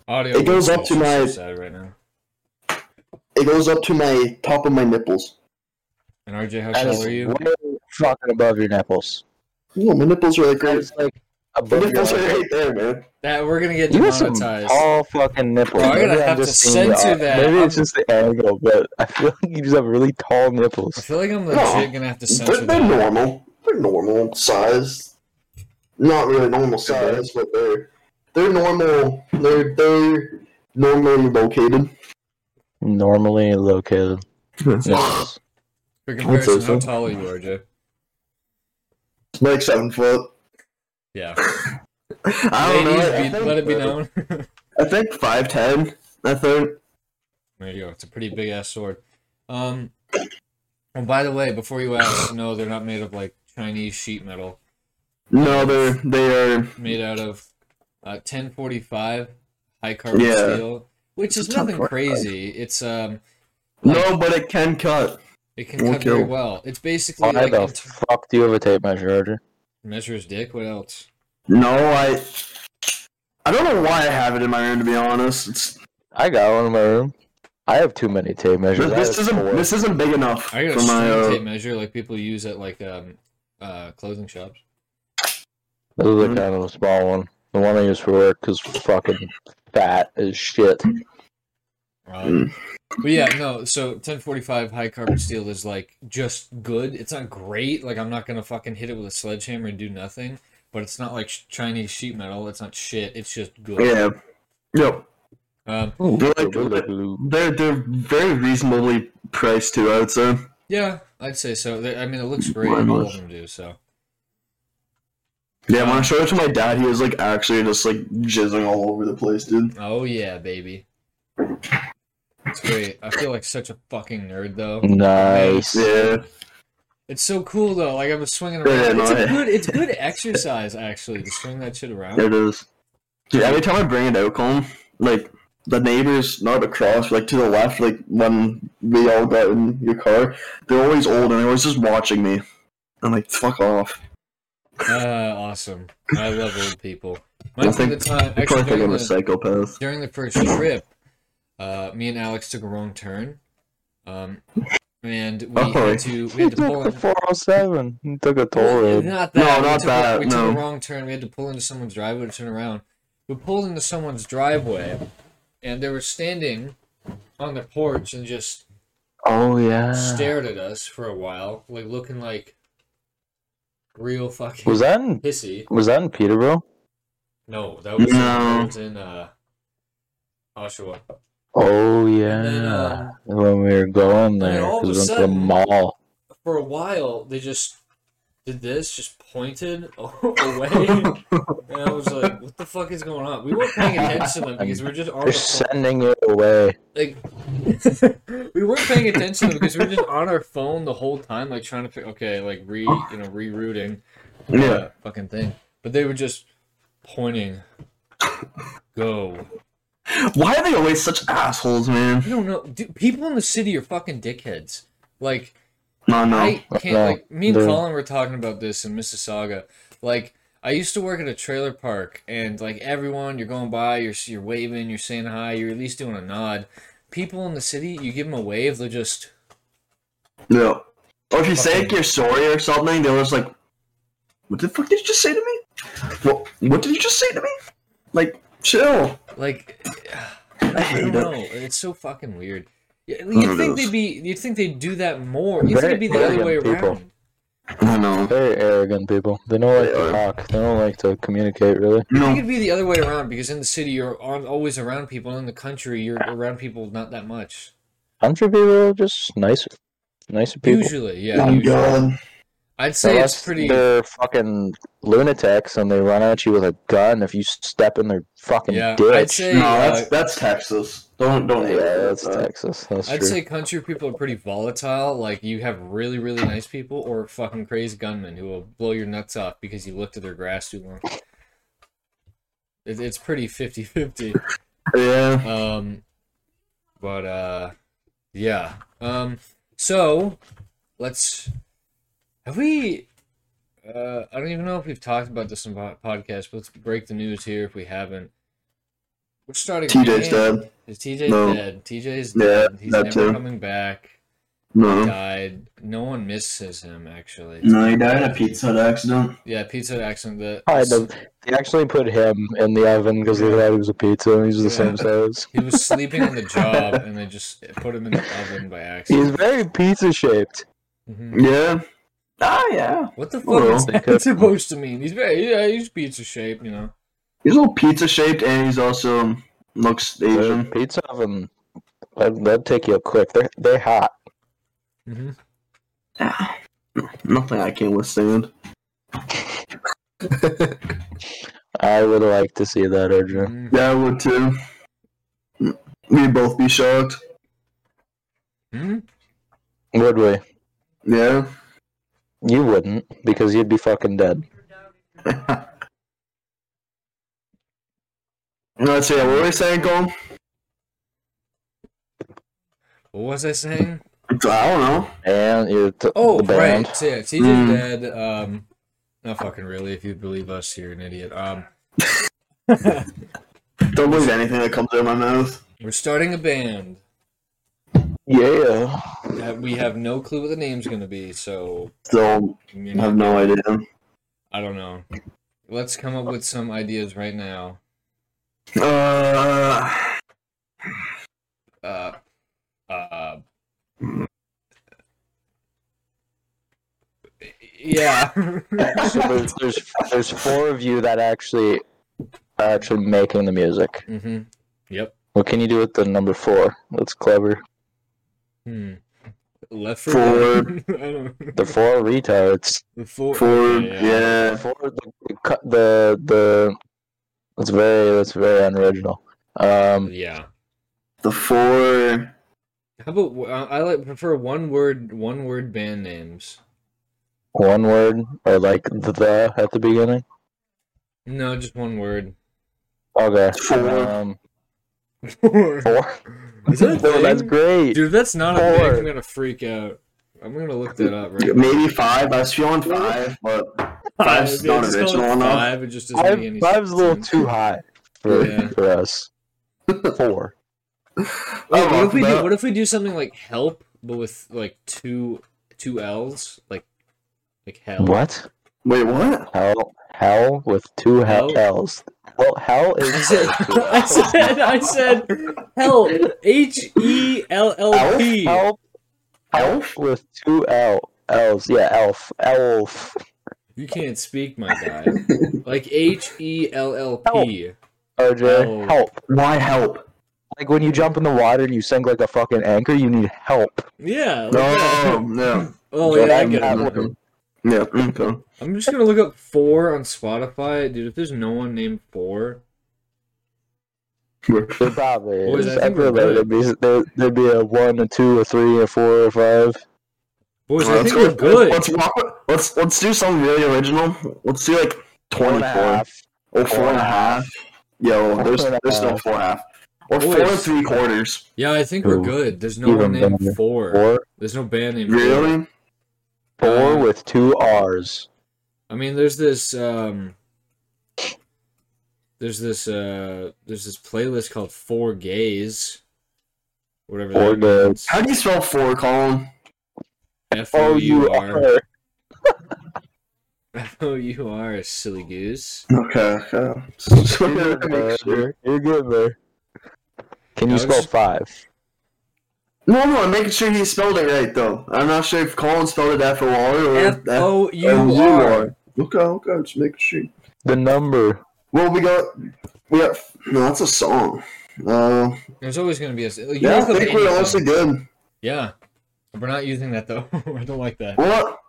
S1: Audio
S2: It goes
S1: is
S2: up to
S1: so
S2: my-
S1: sad right now.
S2: It goes up to my top of my nipples.
S1: And RJ, how
S3: That
S1: tall
S3: is
S1: are you?
S3: way fucking above your nipples.
S2: Yeah, my nipples are like
S3: That
S2: right.
S3: is like
S2: My
S3: above your
S2: nipples are
S3: nipples.
S2: right there, man.
S1: That we're gonna get
S3: You have some
S1: demonetized.
S3: tall fucking nipples.
S1: Bro, I'm gonna
S3: Maybe
S1: have to
S3: just seeing the-
S1: censor that.
S3: Maybe it's just the angle, but I feel like you just have really tall
S1: I
S3: nipples.
S1: feel like I'm
S2: No.
S1: legit gonna have to
S2: They're,
S1: censor
S2: they're
S1: that.
S2: normal. They're normal size. Not really normal size, but they're they're normal. They're they're normally located.
S3: Normally located. Nipples.
S1: For comparison,
S2: so.
S1: how tall are you, RJ?
S2: Like seven foot.
S1: Yeah.
S2: I don't
S1: Ladies,
S2: know. I
S1: be-
S2: think-
S1: let it be known.
S2: I think five ten. I think.
S1: There you go. It's a pretty big ass sword. Um, and by the way, before you ask, no, they're not made of like Chinese sheet metal.
S2: No, they're they are.
S1: Made out of uh, 1045 high carbon
S2: Yeah.
S1: steel, which is nothing
S2: 1045.
S1: crazy. It's um,
S2: No, but it can cut.
S1: it can
S2: Won't
S1: cut very
S2: kill.
S1: well. It's basically
S3: Why
S1: like
S3: the
S1: it
S3: fuck do you have a tape measure, Roger?
S1: measures dick. What else?
S2: No, I. I don't know why I have it in my room. To be honest, it's,
S3: I got one in my room. I have too many tape measures.
S2: this,
S3: I
S2: this
S3: have
S2: isn't
S3: four.
S2: this isn't big enough
S1: I got
S2: for
S1: a
S2: my.
S1: string
S2: Uh,
S1: tape measure like people use at like um, uh, clothing shops.
S3: This is a
S2: Mhm.
S3: kind of a small one. The one I use for work is fucking fat as shit.
S1: Um,
S2: Mm.
S1: but yeah, no. So 1045 high carbon steel is like just good. It's not great. Like I'm not gonna fucking hit it with a sledgehammer and do nothing. But it's not like sh- Chinese sheet metal. It's not shit. It's just good.
S2: uh, yeah. Yep.
S1: Um,
S2: They're like they're they're very reasonably priced too. I would say.
S1: yeah, I'd say so. They- I mean, it looks great.
S2: Why
S1: All
S2: not?
S1: of them do so.
S2: Yeah, when I showed it to my dad, he was like actually just like jizzing all over the place, dude.
S1: Oh yeah, baby. It's great. I feel like such a fucking nerd though.
S3: Nice.
S2: Yeah.
S1: It's so cool though. Like I was swinging around.
S2: Yeah, no,
S1: it's a
S2: yeah.
S1: good. It's good exercise actually to swing that shit around.
S2: It is. Dude, every time I bring it out home, like the neighbors not across, like to the left, like when we all got in your car, they're always old and they're always just watching me. I'm like, fuck off.
S1: Uh, awesome. I love old people. Mine
S2: I
S1: took the
S2: think-
S1: time.
S2: They
S1: Actually,
S2: probably think
S1: during
S2: I'm a
S1: the,
S2: psychopath.
S1: during the first trip, uh, me and Alex took a wrong turn, um, and we
S2: Oh.
S1: had to we
S3: He
S1: had to
S3: took
S1: pull
S3: the
S1: in.
S3: 407. He took a toll road.
S1: Not that.
S2: No,
S1: we
S2: not
S1: took A,
S2: that,
S1: we
S2: no.
S1: took a wrong turn. We had to pull into someone's driveway to turn around. We pulled into someone's driveway, and they were standing on the porch and just
S3: Oh yeah.
S1: stared at us for a while, like looking like real fucking
S3: Was that in,
S1: pissy.
S3: was that in Peterborough?
S1: No, that was,
S2: No.
S1: that was in uh, Oshawa.
S3: Oh
S1: And then,
S3: yeah.
S1: um,
S3: when we were going
S1: then
S3: there,
S1: all of
S3: because we
S1: a
S3: went to the
S1: sudden-
S3: mall.
S1: For a while, they just did this, just pointed away, and I was like, "What the fuck is going on?" We weren't paying attention to them because we were just on
S3: They're
S1: our phone.
S3: sending it away.
S1: Like, we weren't paying attention to them because we were just on our phone the whole time, like trying to fi- okay, like re you know rerouting. the
S2: Yeah.
S1: fucking thing. But they were just pointing. Go.
S2: Why are they always such assholes, man?
S1: I don't know. Dude, people in the city are fucking dickheads. Like.
S2: No, no.
S1: I can't
S3: no,
S1: like me and
S3: dude.
S1: Colin were talking about this in Mississauga. Like I used to work at a trailer park, and like everyone, you're going by, you're you're waving, you're saying hi, you're at least doing a nod. People in the city, you give them a wave, they'll just
S2: No. Or if you say like
S1: Fucking-
S2: you're sorry or something, they're just like, what the fuck did you just say to me? What, what did you just say to me? Like, chill.
S1: like
S2: I
S1: I
S2: hate
S1: don't
S2: it.
S1: know. It's so fucking weird. You-
S2: it
S1: You'd think
S2: is.
S1: they'd be, you'd think they'd do that more. You'd think
S3: Very
S1: it'd be the other way
S3: arrogant people.
S1: around.
S2: I know.
S3: Very arrogant people. They don't like
S2: They
S3: to
S2: are.
S3: talk. They don't like to communicate really.
S1: I think
S2: No,
S1: it'd be the other way around because in the city you're on, always around people, and in the country you're around people not that much.
S3: Country people are just nicer. Nicer people.
S1: Usually, yeah.
S2: I'm
S1: usually.
S2: gone.
S1: I'd say it's
S3: Unless
S1: pretty.
S3: They're fucking lunatics, and they run at you with a gun. If you step in their fucking
S1: Yeah, I'd
S3: ditch,
S1: say-
S2: No,
S1: Hey,
S2: that's
S1: uh,
S2: that's Texas. Don't don't
S3: yeah,
S2: hate that.
S3: that's
S2: uh,
S3: Texas. That's
S1: I'd
S3: true.
S1: say country people are pretty volatile. Like you have really, really nice people or fucking crazy gunmen who will blow your nuts off because you looked at their grass too long. It, it's pretty 50-50.
S2: Uh, Yeah.
S1: Um, but uh, yeah. Um, so let's have we. Uh, I don't even know if we've talked about this in po- podcast, but let's break the news here if we haven't. We're starting.
S2: TJ's
S1: Rand.
S2: dead.
S1: Is TJ
S2: No.
S1: dead? TJ's
S2: Yeah,
S1: dead. He's
S2: that
S1: never
S2: too.
S1: coming back.
S2: No.
S1: Died. No one misses him actually.
S2: No, he died in a pizza Hut accident.
S1: Yeah, pizza accident. The,
S3: Kind of. They actually put him in the oven because they thought he was a pizza, and he's the same size.
S1: He was sleeping on the job, and they just put him in the oven by
S3: He's
S1: accident.
S3: very pizza shaped.
S1: Mhm.
S2: Yeah. Ah, yeah.
S1: What the fuck
S2: Well,
S1: is
S3: they
S1: that
S3: could-
S1: supposed to mean? He's very yeah, he's pizza shape, you know.
S2: He's a little pizza shaped, and he's also um, looks
S3: The
S2: Asian.
S3: Pizza oven, that- that'd take you up quick. They're they're hot.
S2: Nothing I can withstand.
S3: I would like to see that,
S1: Mm,
S3: Arjun.
S2: Yeah, I would too. We'd both be shocked.
S1: mm,
S3: Would we?
S2: Yeah.
S3: You wouldn't, because you'd be fucking dead.
S2: Let's see. What were we saying, Cole?
S1: What was I saying?
S2: I don't know.
S3: And you're t-
S1: Oh,
S3: the band.
S1: right. So, yeah, TJ's
S2: Mm.
S1: dead. Um, not fucking really. If you believe us, you're an idiot. Um,
S2: Don't believe anything that comes out of my mouth.
S1: we're starting a band.
S3: Yeah.
S1: that We have no clue what the name's gonna be, so
S2: Still
S1: you know,
S2: have no idea.
S1: I don't know. Let's come up with some ideas right now.
S2: Uh,
S1: Uh, uh, yeah.
S3: So there's, there's there's four of you that actually are actually making the music.
S1: hmm Yep.
S3: What can you do with the number four? That's clever.
S1: Hmm. Left for dead. I don't know.
S3: The four retards.
S1: The four.
S2: for
S1: yeah,
S3: The
S2: yeah.
S3: four the the cu- the, the that's very that's very unoriginal. Um,
S1: Yeah.
S2: the four.
S1: How about uh, I I like prefer one word one word band names.
S3: one word or like the, the at the beginning.
S1: No, just one word.
S3: Okay.
S2: Four.
S3: Um,
S1: Four.
S3: four.
S1: Is that a
S3: No, that's
S1: thing?
S3: great.
S1: Dude, if that's not a thing.
S3: Four.
S1: I'm gonna freak out. I'm gonna look that up right. now.
S2: Maybe five. I was feeling five, but five's
S1: Yeah,
S2: not
S1: just call it
S2: original enough.
S1: Five. It just doesn't make
S3: Five,
S1: any
S3: five's a little
S1: sense.
S3: too high for,
S1: Yeah.
S3: for us. Four.
S1: Wait,
S2: I'm
S1: what
S2: off
S1: if we
S2: that.
S1: do? What if we do something like help, but with like two two L's, like like hell.
S3: What?
S2: Wait, what?
S3: Hell, hell with two hell.
S1: Hell?
S3: L's. Well, hell
S1: I
S3: is
S1: said, I said, I said, help. H E L L
S3: elf,
S1: P.
S3: elf, elf with two L L's. Yeah, elf, elf.
S1: You can't speak, my guy. Like H E L L P.
S3: RJ,
S1: Elf.
S3: help.
S2: Why help?
S3: Like when you jump in the water and you sink like a fucking anchor, you need help.
S1: Yeah. like
S2: No,
S1: that.
S2: no.
S1: Oh yeah, I
S3: That-
S1: get
S3: that
S1: it.
S3: word.
S2: Yeah, okay.
S1: I'm just gonna look up four on Spotify, dude. If there's no one named four,
S3: There probably
S1: Boys,
S3: is.
S1: I
S3: I
S1: think we're
S3: feel like
S1: good.
S3: there'd be, there, there'd be a one, a two, a three, a four, a five.
S1: boys, I
S2: Let's
S1: think
S2: go-
S1: we're good.
S2: Let's, walk- let's let's do something really original. Let's do like
S3: Four and a
S2: 24
S3: half.
S2: or four and a half. Yo, there's
S3: Four and a
S2: there's no
S3: half.
S2: four and a half or
S1: Boys.
S2: four and three quarters.
S1: Yeah, I think we're
S3: Ooh.
S1: good. There's no
S3: Even
S1: one named
S3: better.
S1: four.
S3: Four.
S1: There's no band named Four.
S2: Really?
S3: Four
S1: Um,
S3: with two R's.
S1: I mean, there's this um, there's this uh, there's this playlist called Four Gays, whatever.
S3: Four
S1: that
S3: Gays.
S2: How do you spell four, Colin?
S1: F
S3: Oh,
S1: O U R F O U R, silly goose.
S2: Okay. okay.
S3: You're getting there. You're- You're getting there. Can you
S1: Alex?
S3: spell five?
S2: No, no, I'm making sure he spelled it right though. I'm not sure if Colin spelled it F O R or
S1: F O U R.
S2: Okay, okay, just making sure.
S3: The number.
S2: Well, we got we got no, that's a song. Uh,
S1: There's always gonna be a. You
S2: yeah, I
S1: look up
S2: think
S1: any
S2: we're
S1: song.
S2: honestly good.
S1: Yeah, we're not using that though. I don't like that.
S2: Well,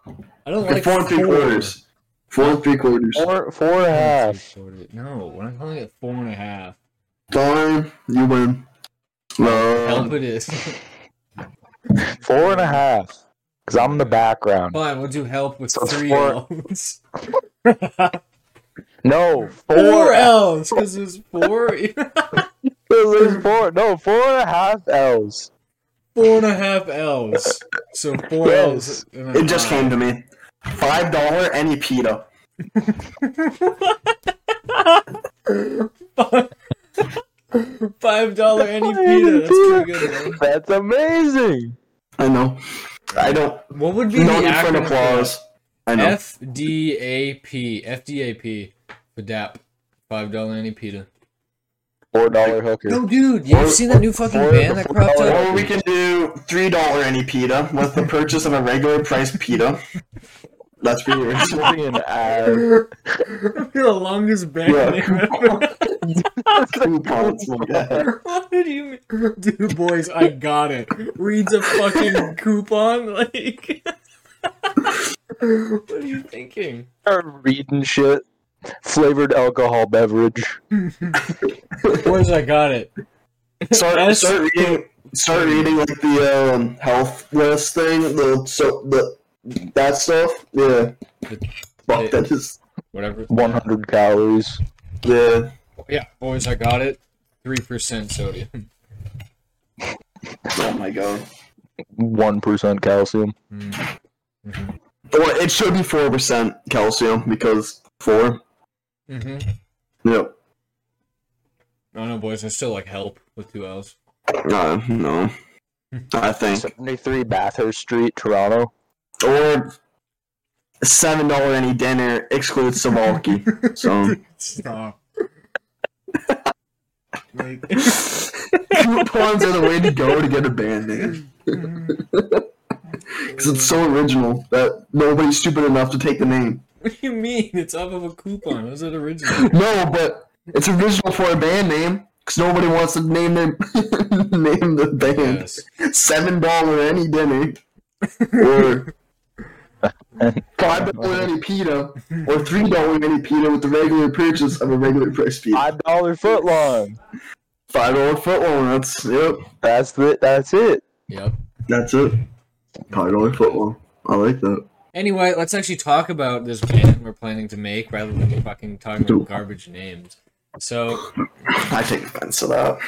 S1: I don't
S2: Like
S1: like
S2: four and three quarters. Four and three quarters.
S3: Four, four and
S1: Four
S3: a
S1: and
S3: half.
S1: three quarters. No, we're not calling it four and a half.
S2: Darn, you win.
S1: Help
S2: Um,
S1: it is.
S3: Four and a half. Because I'm in the background.
S1: Fine, we'll do help with
S3: So it's
S1: three
S3: four-
S1: L's.
S3: No,
S1: Four
S3: four.
S1: L's, because there's four.
S3: It was four. No, four and a half L's.
S1: four and a half L's. So four
S3: Yes.
S1: L's. and a
S2: it just
S1: half.
S2: came to me. Five dollar any pita.
S1: Five dollar any
S3: Five dollar
S1: pita. That's pretty good. Man.
S3: That's amazing.
S2: I know. I don't.
S1: What would be
S2: No
S1: the
S2: different
S1: acronym for
S2: applause. I know.
S1: F D A P F D A P for DAP. Five dollar any pita.
S3: Four dollar hooker.
S1: No, dude, you
S3: Or-
S1: ever seen that new fucking
S3: or-
S1: band that cropped
S3: or-
S1: up?
S2: Or we can do three dollar any pita with the purchase of a regular price pita. That's pretty original.
S3: Being ass.
S1: the longest band
S2: Yeah.
S1: name ever.
S2: Coupons, my guy.
S1: what did you mean? Dude, boys, I got it. Reads a fucking coupon? Like. what are you thinking?
S3: Start reading shit. Flavored alcohol beverage.
S1: Boys, I got it.
S2: Start
S1: That's-
S2: start reading start reading like the um, health list thing. The so the that stuff. Yeah. Fuck that is
S1: Whatever.
S3: 100 calories.
S2: yeah.
S1: Yeah, boys, I got it. 3% sodium.
S2: Oh my god.
S3: 1% calcium.
S1: Mm. Mhm.
S2: Or it should be four percent calcium because four.
S1: Mhm.
S2: Yep.
S1: I don't know, boys. I still like help with two L's.
S2: Uh, no. I think.
S3: 73 Bathurst Street, Toronto.
S2: Or seven dollar any dinner excludes Savalki. So
S1: Stop. like,
S2: coupons are the way to go to get a band name because it's so original that nobody's stupid enough to take the name.
S1: what do you mean? It's off of a coupon. Was it original?
S2: No, but it's original for a band name because nobody wants to name their name the band
S1: yes.
S2: seven dollar any dinner or five dollar any pita or three dollar any pita with the regular purchase of a regular price pita.
S3: Five dollar foot long.
S2: Five dollar footlong. That's yep.
S3: That's the that's it.
S1: Yep.
S2: That's it. Five dollar footlong. I like that.
S1: Anyway, let's actually talk about this band we're planning to make rather than fucking talking about garbage names. So
S2: I take offense to that.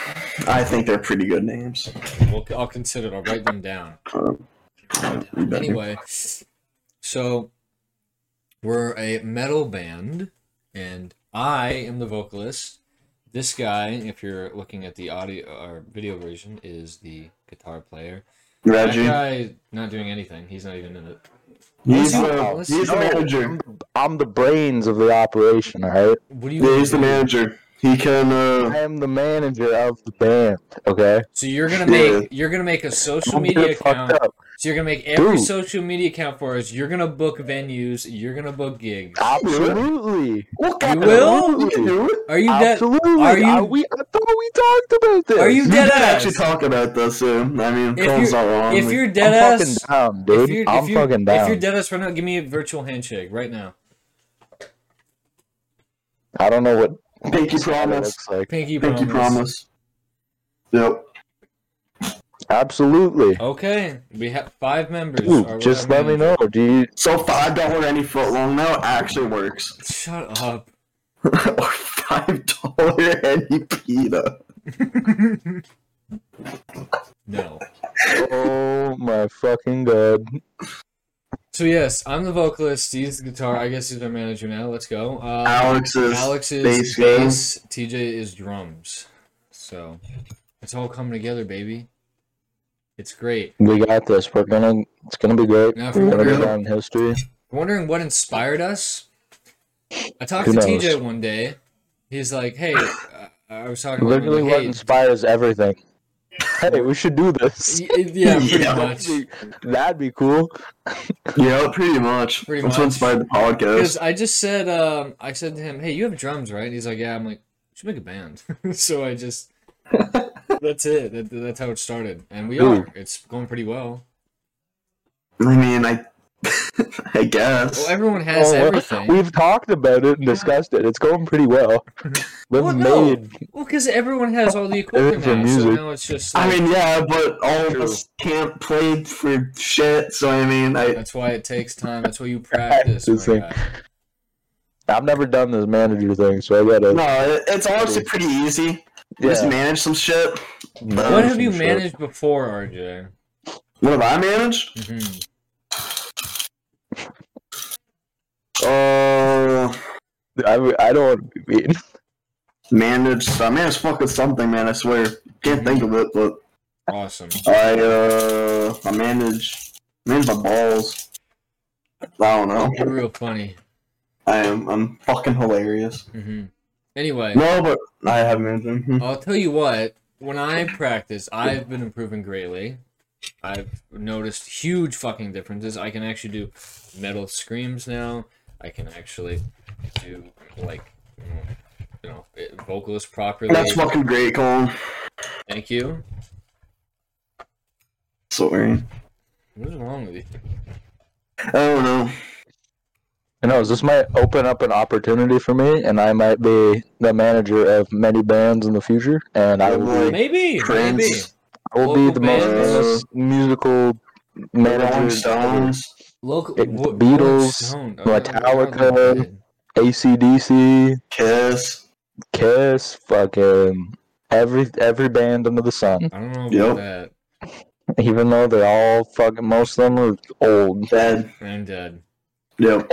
S2: I think they're pretty good names.
S1: we'll, I'll consider it. I'll write them down.
S2: Um,
S1: anyway, so we're a metal band, and I am the vocalist. This guy, if you're looking at the audio or video version, is the guitar player. That
S2: Reggie,
S1: guy not doing anything. He's not even in it. Let's
S2: he's the,
S1: see- let's
S2: he's the
S1: see.
S2: manager.
S3: I'm the brains of the operation, alright?
S1: What do you?
S2: Yeah, he's the manager. He can.
S3: I
S2: Uh,
S3: am the manager of the band, okay?
S1: So you're gonna
S2: Yeah.
S1: make you're gonna make a social
S3: Don't get
S1: media
S3: it fucked
S1: account.
S3: up.
S1: So you're gonna make every
S3: Dude.
S1: social media account for us. You're gonna book venues. You're gonna book gigs.
S3: Absolutely.
S2: look
S1: You will?
S2: We can do it.
S1: Are you dead?
S3: Absolutely.
S1: are you-
S3: I, we, I thought we talked about this.
S1: Are you
S2: We
S1: dead
S2: can
S1: ass?
S2: actually talk about this. Uh, I mean,
S1: If you're-
S2: Colin's not wrong.
S1: If
S2: We-
S1: you're
S3: I'm
S1: dead
S3: fucking
S1: ass,
S3: down,
S1: if
S3: dude.
S1: you're,
S3: I'm
S1: if you're,
S3: fucking
S1: If
S3: down.
S1: you're dead ass right now, give me a virtual handshake right now.
S3: I don't know what
S2: Pinky
S3: it
S2: promise.
S3: looks like.
S1: Pinky promise.
S2: Pinky promise. Yep.
S3: Absolutely.
S1: Okay, we have five members. or
S3: Dude, just let
S1: whatever
S3: me know. Do you
S2: So five dollar any foot long now actually works.
S1: it is. Shut up.
S2: or five dollar any pita.
S1: No.
S3: Oh my fucking god.
S1: So yes, I'm the vocalist. He's the guitar. I guess he's our manager now. Let's go. Uh,
S2: Alex is
S1: Alex is
S2: bass
S1: bass.
S2: guy.
S1: TJ is drums. So it's all coming together, baby. It's great.
S3: We got this. We're gonna it's gonna be great.
S1: Now, if
S3: We're
S1: you're
S3: gonna go
S1: wondering,
S3: down in history.
S1: wondering what inspired us, I talked
S3: Who
S1: to
S3: knows?
S1: TJ one day. He's like, "Hey, uh, I was talking about
S3: Literally
S1: like,
S3: what
S1: hey,
S3: inspires everything. Hey, we should do this.
S1: Y- Yeah, pretty
S2: Yeah.
S1: much.
S3: That'd be cool.
S2: Yeah, pretty much.
S1: Pretty
S2: That's
S1: much.
S2: what inspired the
S1: Because
S2: podcast.
S1: I just said, um, I said to him, "Hey, you have drums, right?" And he's like, "Yeah." I'm like, "You "Should make a band." so I just, that's it. That, that's how it started, and we
S3: Ooh.
S1: are. It's going pretty well.
S2: I mean, I I guess.
S1: Well, everyone has
S3: Oh, well,
S1: everything.
S3: We've talked about it and discussed it. It's going pretty well. We've
S1: Well, no.
S3: made
S1: Well, because everyone has all the equipment
S3: for
S1: now, so
S3: music.
S1: now it's just.
S2: I
S1: Like,
S2: mean, yeah, but all
S3: True.
S2: of us can't play for shit. So I mean, I
S1: that's why it takes time. That's why you practice. my
S3: Practicing.
S1: guy.
S3: I've never done this manager thing, so I gotta
S2: no, it- it's honestly pretty easy. Just
S3: yeah,
S2: manage some shit.
S3: manage
S1: What have
S3: some
S1: you
S3: shit.
S1: managed before, RJ?
S2: What have I managed?
S1: Mhm.
S2: Uh,
S3: I, I don't want to be mean.
S2: managed. I managed fucking something, man. I swear. Can't think of it, but
S1: Awesome.
S2: I uh, I manage manage my balls. I don't know.
S1: You're real funny.
S2: I am. I'm fucking hilarious.
S1: hmm Anyway,
S2: No, but I have managed. Mhm.
S1: I'll tell you what. When I practice, I've been improving greatly. I've noticed huge fucking differences. I can actually do metal screams now. I can actually do like you know eh, vocalist properly.
S2: That's fucking great, Colin.
S1: Thank you.
S2: Sorry.
S1: What's wrong with you?
S2: I don't know.
S3: Who knows? This might open up an opportunity for me, and I might be the manager of many bands in the future. And I will, be,
S1: Maybe,
S2: Prince.
S1: maybe.
S3: I will be
S1: Local
S3: the most
S2: bands.
S3: famous musical
S2: The Rolling
S3: manager. ever.
S2: Stones.
S1: Local
S3: It-
S1: Wo-
S3: Beatles,
S1: Rolling Stone. Oh, yeah,
S3: Metallica.
S1: Rolling Stone.
S3: ACDC,
S2: Kiss.
S3: Kiss, fucking every every band under the sun.
S1: I don't know about
S2: Yep.
S1: that.
S3: Even though they're all fucking most of them are old.
S2: Dead.
S1: I'm dead.
S2: Yep.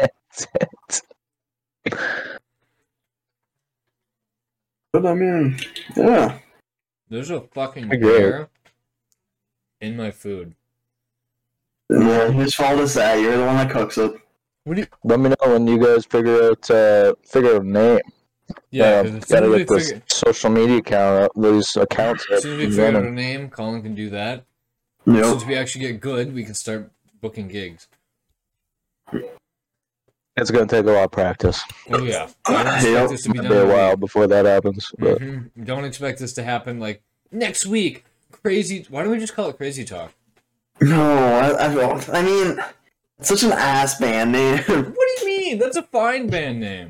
S2: But I mean, yeah.
S1: There's a fucking
S3: Agree.
S1: bear in my food.
S2: And then whose fault is that? You're the one that cooks it.
S3: Let me know when you guys figure out uh, figure out a name.
S1: Yeah,
S3: Um,
S1: 'cause as soon
S3: gotta
S1: as we
S3: get this
S1: figure,
S3: social media account up. These accounts
S1: as
S3: up.
S1: soon as we
S3: and
S1: figure out a
S3: running.
S1: name, Colin can do that. As soon
S2: Yep.
S1: as we actually get good, we can start booking gigs.
S3: It's gonna take a lot of practice.
S1: Oh yeah, I don't expect
S2: Yep.
S1: this to be
S3: It'll
S1: done.
S3: be a
S1: in a
S3: while before that happens. But
S1: week. Mhm. Don't expect this to happen like next week. Crazy. Why don't we just call it Crazy Talk?
S2: No, I, I don't. I mean, it's such an ass band name.
S1: What do you mean? That's a fine band name.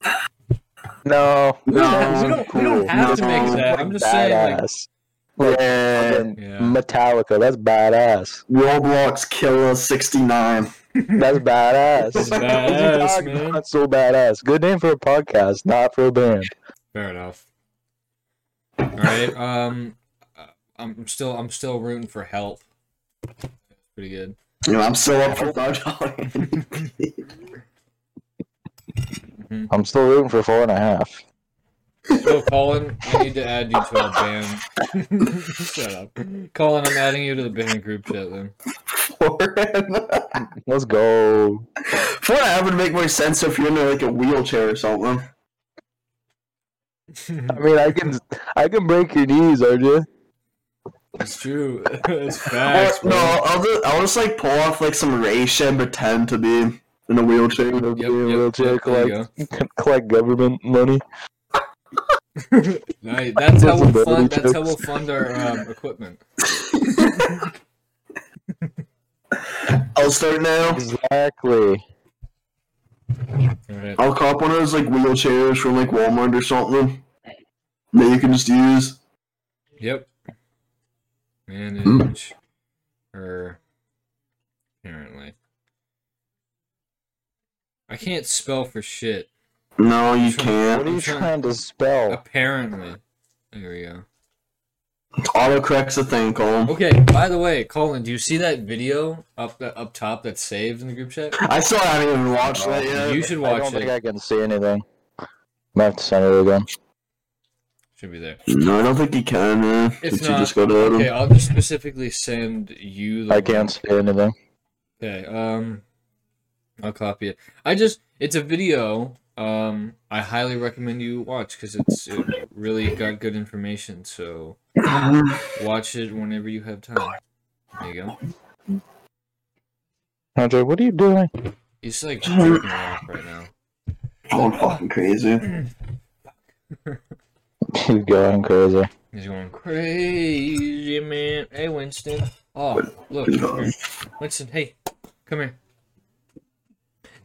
S3: no,
S2: No,
S1: we don't- we don't have to make that. I'm just saying, like-
S3: Badass. Like,
S2: Yeah.
S3: fucking
S1: Yeah.
S3: Metallica, that's badass.
S2: Roblox Killer 69.
S3: That's badass.
S1: That's
S3: What you
S1: badass,
S3: talking
S1: man.
S3: about? so badass. Good name for a podcast, not for a band.
S1: Fair enough. All right. Um, uh, I'm still I'm still rooting for help. Pretty good.
S2: You know, I'm still up for Dodge Halloween.
S3: I'm still rooting for four and a half.
S1: So Colin, I need to add you to our band. Shut up, Colin. I'm adding you to the band group chat then.
S2: Forever.
S3: Let's go.
S2: Forever would make more sense if you're in like a wheelchair or something.
S3: I mean, I can, I can break your knees, RJ.
S1: It's true. It's
S2: Or,
S1: facts.
S2: no,
S1: bro.
S2: I'll just, I'll just like pull off like some ration and pretend to be in a wheelchair.
S3: You'll be
S1: Yep,
S3: in a
S1: yep,
S3: wheelchair,
S1: yep, there you
S3: collect, collect government money.
S1: Right, that's how we'll
S3: Disability
S1: fund. That's how
S3: checks.
S1: we'll fund our um, equipment.
S2: I'll start now.
S3: Exactly.
S1: All right.
S2: I'll cop one of those like wheelchairs from like Walmart or something that you can just use.
S1: Yep. Manage her apparently. I can't spell for shit.
S2: No, you
S1: Sure.
S3: What
S2: can't.
S3: are you
S1: Sure.
S3: trying to
S1: Oh,
S3: spell?
S1: Apparently. There we go.
S2: Autocorrect's a thing, Colin.
S1: Okay, by the way, Colin, do you see that video up the, up top that's saved in the group chat?
S2: I still haven't even watched
S1: Oh,
S2: that yet.
S1: You should
S3: I
S1: watch
S3: don't think
S1: it.
S3: I can see anything. I have to send it again.
S1: Should be there.
S2: No, I don't think you can, man.
S1: If
S2: If you
S1: not-
S2: just go to
S1: Okay,
S2: okay.
S1: I'll just specifically send you the
S3: I can't see anything.
S1: Okay, um I'll copy it. I just it's a video um I highly recommend you watch cuz it's it really got good information. So watch it whenever you have time. There you go.
S3: RJ, what are you doing?
S1: He's like jerking me off right now.
S2: Going fucking crazy.
S3: He's going crazy.
S1: He's going crazy, man. Hey, Winston. Oh, look.
S2: Good God.
S1: here. Winston, hey. Come here.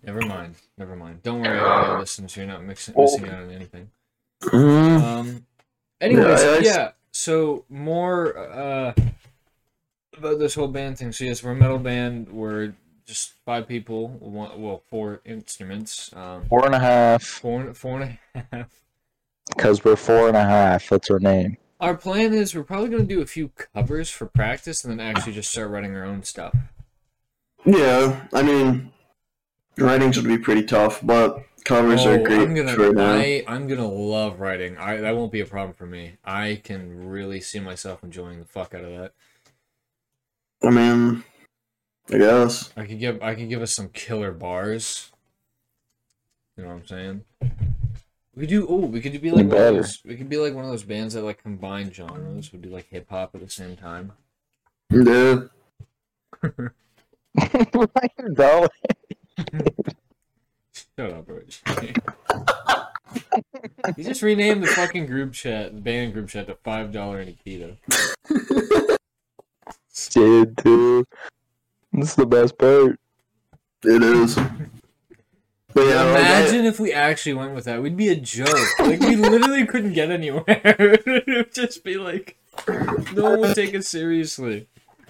S1: Never mind. Never mind. Don't worry about your listeners. You're not mixing, missing out on anything.
S2: Mm,
S1: Um. Anyways,
S2: Yeah, I- I-
S1: yeah. So more uh about this whole band thing. So yes, we're a metal band. We're just five people. One, well, four instruments. Um,
S3: Four and a half,
S1: four, four and a half.
S3: because we're four and a half. That's her name.
S1: Our plan is we're probably gonna do a few covers for practice, and then actually just start writing our own stuff.
S2: yeah, I mean, writing's would be pretty tough, but covers are
S1: Oh,
S2: great
S1: I'm gonna,
S2: for now.
S1: I, I'm gonna love writing. I that won't be a problem for me. I can really see myself enjoying the fuck out of that.
S2: I mean, I guess.
S1: I could give, I could give us some killer bars. You know what I'm saying? We could do. Oh, we could be like one of
S3: Better.
S1: those, we could be like one of those bands that like combine genres. Would be like hip hop at the same time.
S2: Yeah.
S3: no,
S1: Shut up, Rich. you just renamed the fucking group chat, the band group chat, to five dollar Nikita.
S3: dude, dude. This is the best part.
S2: It is. But yeah, like, I-
S1: Imagine if we actually went with that. We'd be a joke. Like we literally couldn't get anywhere. it would just be like no one would take us seriously.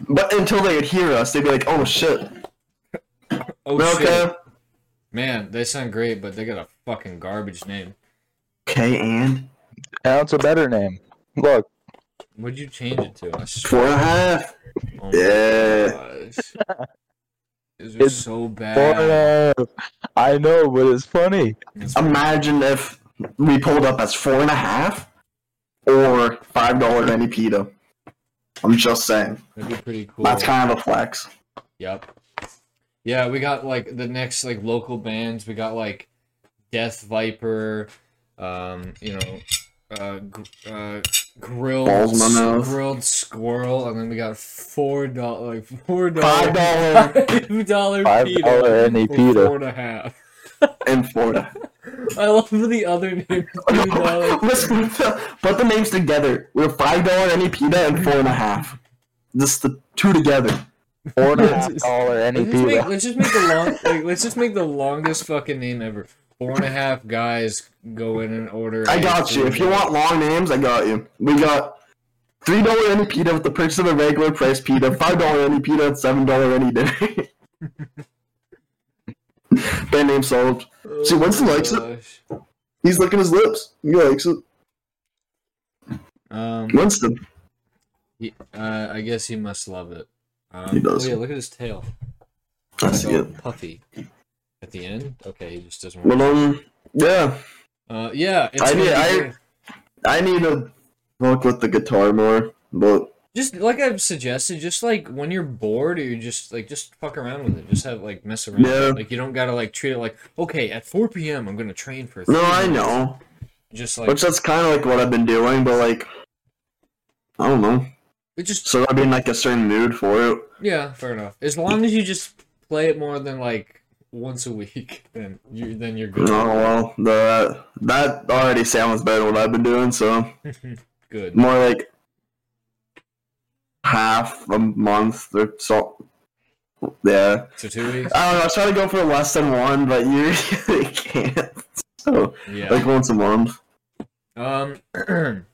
S2: but until they'd hear us, they'd be like, "Oh shit,
S1: Oh shit.
S2: okay,
S1: Man, they sound great, but they got a fucking garbage name.
S2: okay, and
S3: Now it's a better name. Look,
S1: What'd you change it to? I swear.
S2: four and a half.
S1: Oh my
S2: Yeah,
S1: gosh. These are
S3: It's
S1: so
S3: four
S2: uh,
S3: and
S1: bad.
S3: a half. I know, but it's funny.
S1: It's-
S2: imagine if we pulled up as four and a half or five dollar any pita. I'm just saying,
S1: That'd be pretty cool.
S2: that's kind of a flex.
S1: Yep. Yeah, we got like the next like local bands. We got like Death Viper, um, you know, uh, gr- uh grilled
S2: Balls in my mouth.
S1: grilled squirrel, and then we got four dollar like four
S2: Five
S1: dollar
S2: dollar
S1: five dollar
S3: Five dollar any
S1: for
S3: pita.
S1: four and a half.
S2: and Florida.
S1: I love the other name two dollar.
S2: Listen, put the names together. We're five dollar any pita and four and a half. Just the two together.
S3: Four and a
S1: Let's
S3: half
S1: just-
S3: dollar
S1: Let's just, make,
S3: NEP.
S1: let's just make the long like let's just make the longest fucking name ever. Four and a half guys go in and order.
S2: I
S1: a
S2: got you. If you
S1: food.
S2: want long names, I got you. We got three dollar any pita with the purchase of a regular price pita, five dollar any pita, and seven dollar any dinner. Band name solved. See, Winston likes it.
S1: Oh Gosh.
S2: He's licking his lips. He likes it.
S1: Um,
S2: Winston.
S1: he- uh, I guess he must love it. Um,
S2: He does.
S1: Oh yeah, look at his tail.
S2: I
S1: It's
S2: see
S1: all
S2: it.
S1: puffy. At the end, okay, he just doesn't.
S2: But
S1: Want
S2: um, yeah,
S1: uh, yeah, it's
S2: I
S1: gonna
S2: did-
S1: be
S2: I-
S1: good.
S2: I need to work with the guitar more, but
S1: just like I've suggested, just like when you're bored or you're just like just fuck around with it, just have like mess around. with it.
S2: Yeah.
S1: Like you don't gotta like treat it like okay at 4 p.m. I'm gonna train for.
S2: no,
S1: three
S2: I
S1: hours."
S2: know.
S1: Just like
S2: Which that's kind of like what I've been doing, but like, I don't know.
S1: it just
S2: So I've been like a certain mood for it.
S1: yeah, fair enough. As long as you just play it more than like once a week, then you then you're good.
S2: Oh well, the that already sounds better than what I've been doing. So
S1: good.
S2: more like half a month or so. Yeah,
S1: So two weeks.
S2: I don't know. I try to go for less than one, but you really can't. So
S1: Yeah.
S2: like once a month.
S1: Um,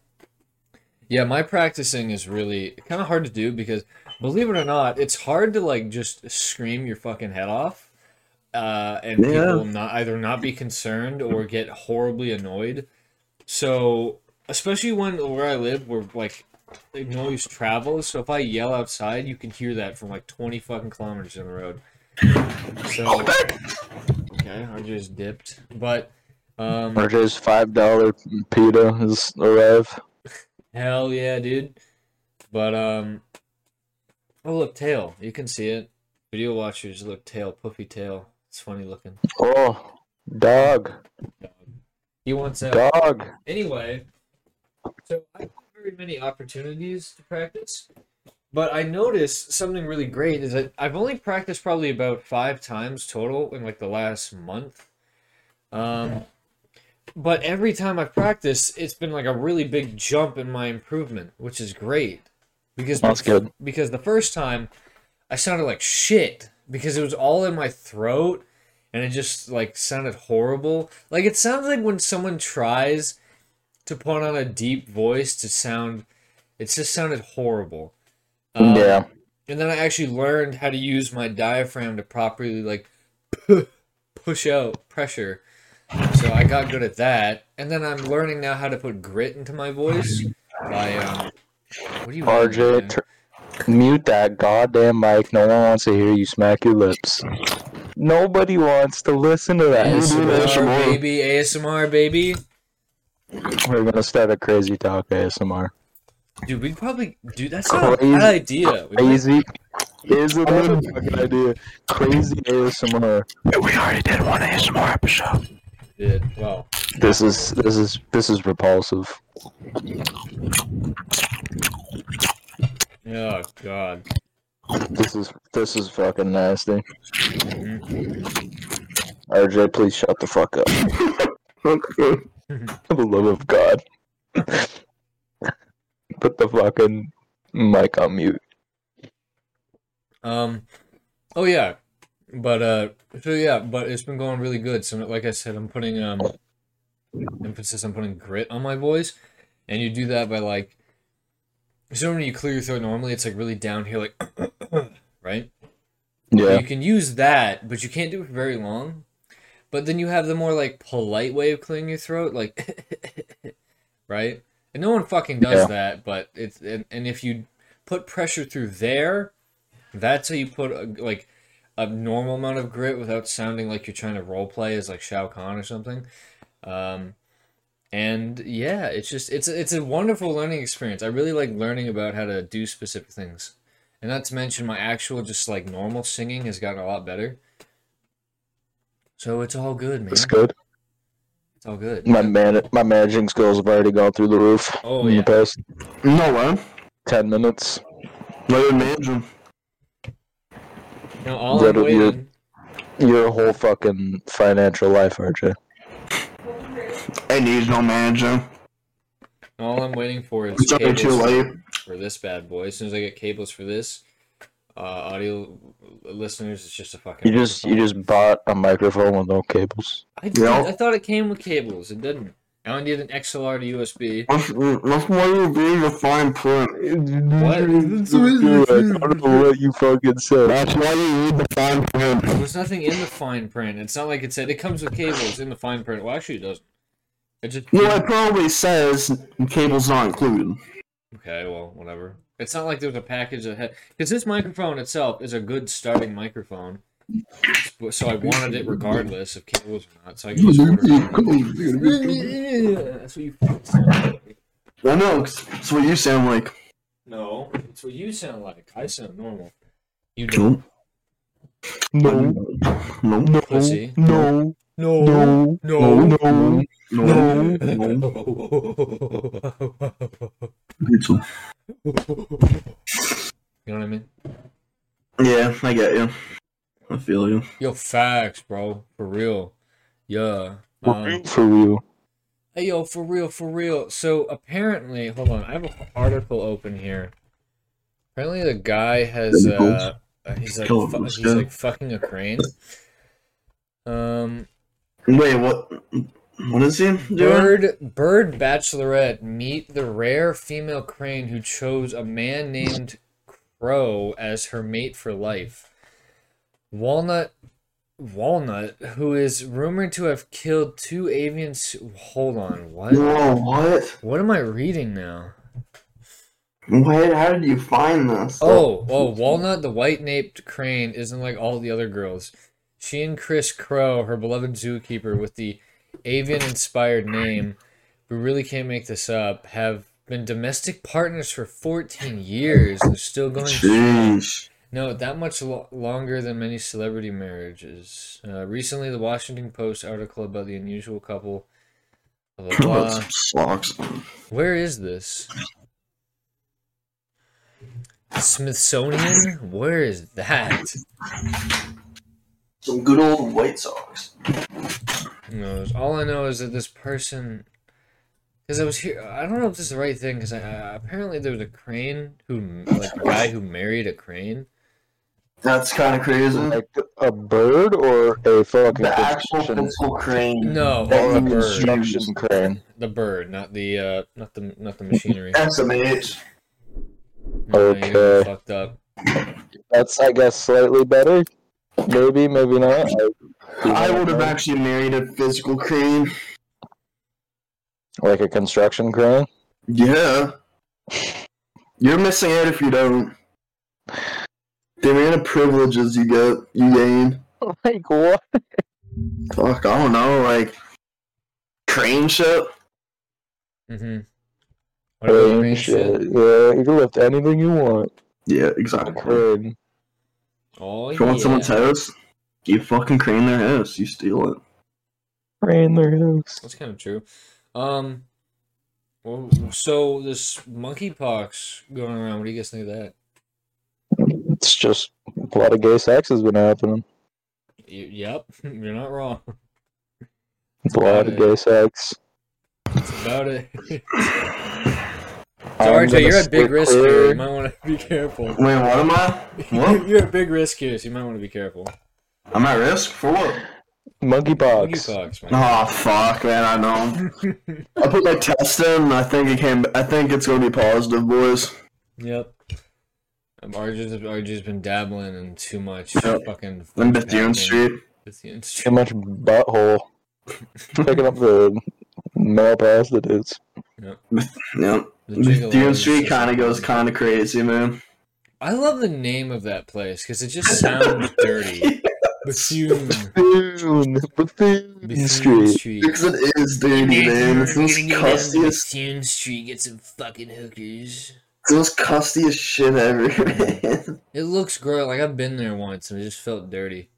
S1: yeah, my practicing is really kind of hard to do because, believe it or not, it's hard to like just scream your fucking head off, uh, and
S2: Yeah.
S1: people not either not be concerned or get horribly annoyed. So, especially when where I live, where like the noise travels, so if I yell outside, you can hear that from like twenty fucking kilometers down the road. So okay, I just dipped, but um.
S3: Or just five dollar pita has arrived.
S1: Hell yeah, dude. But um Oh look, tail. You can see it. Video watchers look tail, puffy tail. It's funny looking.
S3: Oh, dog,
S1: He wants out.
S3: dog.
S1: Anyway, so I don't have very many opportunities to practice, but I noticed something really great is that I've only practiced probably about five times total in like the last month. Um, but every time I've practiced, it's been like a really big jump in my improvement, which is great because
S3: That's good.
S1: because the first time I sounded like shit. because it was all in my throat and it just like sounded horrible. Like it sounds like when someone tries to put on a deep voice to sound it just sounded horrible. Um,
S3: yeah.
S1: And then I actually learned how to use my diaphragm to properly like push out pressure. So I got good at that. And then I'm learning now how to put grit into my voice by um what do you mean, man?
S3: RJ, tur- mute that goddamn mic. No one wants to hear you smack your lips. Nobody wants to listen to that.
S1: ASMR baby, ASMR baby.
S3: We're gonna start a crazy talk ASMR.
S1: Dude, we probably dude. That's not a
S3: Crazy.
S1: bad idea. We might-
S3: Crazy is a fucking idea. Crazy ASMR.
S2: We already did one ASMR episode.
S1: did. Wow.
S3: This is this is this is repulsive.
S1: Oh god.
S3: This is this is fucking nasty. RJ, please shut the fuck up.
S2: Okay.
S3: For the love of God. Put the fucking mic on mute.
S1: Um. Oh yeah. But uh. So yeah. But it's been going really good. So like I said, I'm putting um emphasis on putting grit on my voice, and you do that by like. So when you clear your throat normally, it's like really down here, like right.
S3: Yeah.
S1: You can use that, but you can't do it for very long. But then you have the more like polite way of clearing your throat, like right? And no one fucking does
S3: Yeah.
S1: that, but it's and, and if you put pressure through there, that's how you put a, like a normal amount of grit without sounding like you're trying to role play as like Shao Kahn or something. Um and yeah, it's just it's it's a wonderful learning experience. I really like learning about how to do specific things. And not to mention my actual just like normal singing has gotten a lot better. So it's all good, man.
S3: That's good.
S1: It's all good.
S3: My man my managing skills have already gone through the roof
S1: Oh
S3: in
S1: yeah.
S3: the past
S2: No way.
S3: ten minutes.
S2: Let him manage him.
S1: No, all
S3: That
S1: I'm
S3: would be a-
S1: waiting.
S3: Your whole fucking financial life, RJ.
S2: He needs no manager.
S1: All I'm waiting for is
S2: It's already too
S1: cables
S2: late.
S1: for this bad boy. As soon as I get cables for this, uh, audio listeners, it's just a fucking.
S3: You just you just bought a microphone with no cables.
S1: I, did,
S2: Yeah.
S1: I thought it came with cables. It didn't. I only need an XLR to USB.
S2: That's, that's why you read the fine print.
S3: What? I don't know what you fucking said.
S2: That's why you read the fine print.
S1: There's nothing in the fine print. It's not like it said it comes with cables in the fine print. Well, actually, it doesn't. It just
S2: You know, it probably says cable's not included.
S1: okay. Well, whatever. It's not like there's a package that had because this microphone itself is a good starting microphone. So I wanted it regardless of cables or not. So I can just order it. That's what you sound like.
S2: I know, 'cause that's what you sound like.
S1: No, it's what you sound like. I sound normal. You don't.
S2: No. No. No. No.
S1: Pussy.
S3: No.
S1: No.
S3: No.
S1: No.
S3: No.
S2: No.
S1: You know what I mean?
S2: Yeah, I get you. I feel you.
S1: Yo, facts, bro. For real. Yeah. Um,
S3: For real.
S1: hey, yo, for real, for real. So apparently, hold on. I have an article open here. Apparently, the guy has. Uh, uh, he's like,
S2: Kill him,
S1: fu-
S2: let's
S1: he's
S2: go.
S1: like fucking a crane. Um,
S2: Wait, what? What is he doing?
S1: Bird Bird Bachelorette meet the rare female crane who chose a man named Crow as her mate for life. Walnut Walnut, who is rumored to have killed two avian s- hold on, what?
S2: Whoa, what?
S1: What am I reading now?
S2: Wait, how did you find this?
S1: Oh, oh, Walnut, the white naped crane, isn't like all the other girls. She and Chris Crow, her beloved zookeeper with the avian inspired name, we really can't make this up, have been domestic partners for 14 years. They're still going.
S2: Jeez.
S1: No, that much lo- longer than many celebrity marriages. Uh, recently, the Washington Post article about the unusual couple. Blah, blah, blah.
S2: That sucks.
S1: Where is this? Smithsonian? Where is that?
S2: Some good old White Sox.
S1: Who knows? All I know is that this person, because I was here, I don't know if this is the right thing. Because I, I apparently there was a crane who, like, a guy who married a crane,
S2: That's kind of crazy.
S3: Like a bird or a fucking
S2: the actual
S3: construction-
S2: physical crane.
S1: No,
S2: That
S3: or a
S2: you would use.
S3: construction crane?
S1: the bird, not the uh, not the not the machinery.
S2: That's amazing.
S1: No, you
S3: Okay.
S1: fucked up.
S3: That's I guess slightly better. Maybe, maybe not.
S2: I would have actually married a physical crane.
S3: like a construction crane.
S2: Yeah. You're missing out if you don't. The amount of privileges you get, you gain.
S3: Like what?
S2: Fuck, I don't know, like crane shit.
S1: Mm-hmm. What about
S3: Crane
S1: green shit?
S3: shit. Yeah, you can lift anything you want.
S2: Yeah,
S3: on a
S2: exactly.
S3: Crane.
S1: Oh
S2: If you want someone's
S1: yeah.
S2: house, you fucking crane their house. You steal it.
S3: Crane their house.
S1: That's kind of true. Um, well, so this monkeypox going around. What do you guys think of that?
S3: It's just a lot of gay sex has been happening.
S1: Y- yep, you're not wrong.
S3: A lot of gay sex.
S1: That's about it. Um,
S3: I'm
S1: Sorry, Jay,
S3: gonna
S1: you're at
S3: steer
S1: big risk here.
S3: clear.
S1: You might want to be careful.
S2: Wait, what am I? What?
S1: you're at big risk here, so you might want to be careful.
S2: I'm at risk for what?
S3: Monkeypox.
S1: Monkeypox, man.
S2: Oh fuck, man, I know. I put my test in. and I think it came. I think it's gonna be positive, boys.
S1: Yep. Um, RJ's, RJ's been dabbling in too much
S2: Yep.
S1: fucking.
S2: In Bethune Street.
S1: Bethune
S3: Too
S1: Street.
S3: much butthole. Picking up the male prostitutes.
S2: Yep.
S1: The
S2: Bethune
S1: Gigolo
S2: Street
S1: is-
S2: kind of goes kind of crazy, man.
S1: I love the name of that place because it just sounds dirty. Bethune.
S3: Bethune, Bethune
S1: Bethune
S3: Street.
S1: Street.
S2: Because it is dirty, man. It's those custiest,
S1: Bethune Street. Get some fucking hookers.
S2: it's the most custiest shit ever, man.
S1: It looks gross. Like I've been there once and it just felt dirty.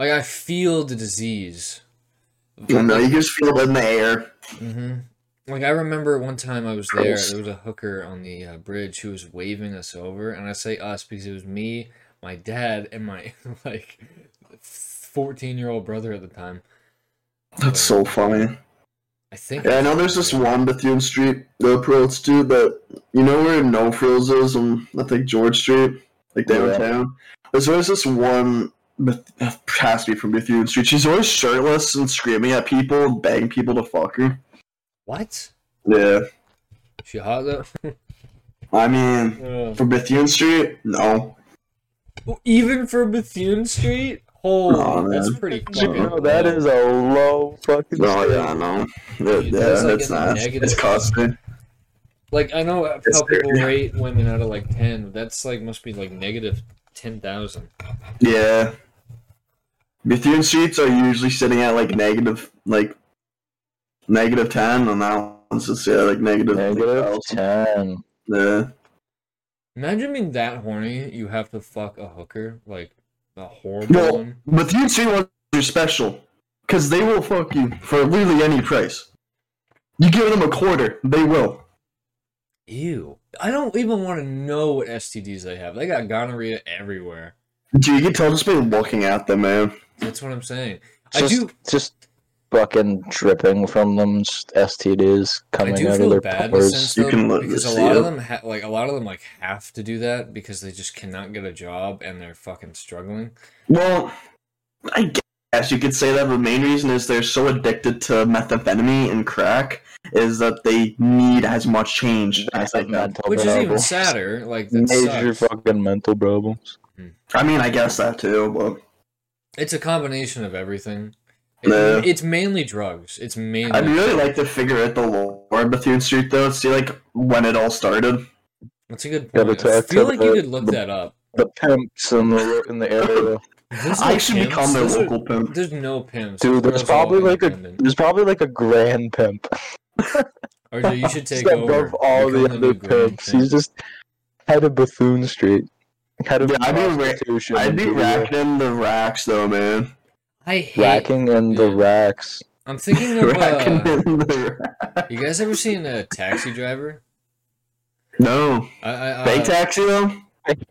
S1: Like I feel the disease.
S2: I know you can just feel it in the air.
S1: hmm Like I remember one time I was there.
S2: Gross.
S1: There was a hooker on the uh, bridge who was waving us over, and I say us because it was me, my dad, and my like fourteen-year-old brother at the time.
S2: That's so funny.
S1: I think.
S2: Yeah, I know there's this one Bethune Street the approach to that. You know where No Frills is on I think George Street, like
S3: Yeah.
S2: downtown. There's always this one. Beth- Has to be from Bethune Street. She's always shirtless and screaming at people, and begging people to fuck her.
S1: What?
S2: Yeah,
S1: She hot though.
S2: I mean, For Bethune Street? No.
S1: Oh, Even for Bethune Street? Holy,
S2: Aw,
S1: that's
S2: man.
S1: pretty
S3: You
S1: fucking
S3: know, that
S1: low.
S3: is a low fucking
S2: No,
S3: street.
S2: yeah, no.
S1: Dude,
S2: yeah,
S1: that's like
S2: it's
S1: in the
S2: not.
S1: negative.
S2: It's costly.
S1: Like I know
S2: It's
S1: how people
S2: dirty.
S1: rate women out of like ten. but That's like must be like negative ten thousand.
S2: Yeah. Bethune Streets are usually sitting at like negative, like negative ten, and that one's just yeah, like negative.
S3: Negative 10.
S2: Yeah.
S1: Imagine being that horny. You have to fuck a hooker, like a horrible
S2: No.
S1: one.
S2: Bethune Street ones are special because they will fuck you for literally any price. You give them a quarter, they will.
S1: Ew. I don't even want to know what STDs they have. They got gonorrhea everywhere.
S2: Dude, you can tell just by looking at them, man.
S1: That's what I'm saying. I
S3: just,
S1: do.
S3: just fucking dripping from them just STDs coming
S1: I do
S3: out
S1: feel
S3: of their
S1: bad in the sense
S3: pores.
S2: You
S1: though,
S2: can let
S1: because a
S2: this
S1: lot
S2: see
S1: of
S2: it.
S1: them ha- like a lot of them like have to do that because they just cannot get a job and they're fucking struggling.
S2: Well, I guess you could say that the main reason is they're so addicted to methamphetamine and crack is that they need as much change as they
S3: That's
S2: can.
S3: mental
S1: Which is even
S3: problems.
S1: sadder. Like that
S3: Major
S1: sucks.
S3: fucking mental problems.
S2: I mean, I guess that too, but
S1: It's a combination of everything. It-
S2: Nah.
S1: It's mainly drugs. It's mainly.
S2: I'd really like to figure out the lore of Bethune Street though, see like when it all started.
S1: That's a good
S3: Yeah,
S1: point.
S3: but
S1: I
S3: to-
S1: feel
S3: to
S1: like you
S3: the-
S1: could look
S3: the-
S1: that up.
S3: The pimps in the in the area.
S1: There's no
S2: I should
S1: pimps.
S2: become their
S1: Those are-
S2: local pimp.
S1: There's no pimps.
S3: Dude, there's
S1: Girls are all
S3: probably like a
S1: independent.
S3: there's probably like a grand pimp.
S1: RJ, you should take
S3: He's
S1: over.
S3: above all the
S1: Become new
S3: other
S1: grand
S3: pimps.
S1: pimp.
S3: He's just head of Bethune Street. Head of
S2: Yeah, I'd be ra-
S3: prostitution
S2: I'd be
S3: and
S2: racking in the racks though, man.
S1: I hate.
S3: racking in the racks.
S1: I'm thinking of.
S2: Racking
S1: Uh,
S2: in the ra-
S1: you guys ever seen a taxi driver?
S2: No.
S1: I, I, uh,
S2: Fake taxi though?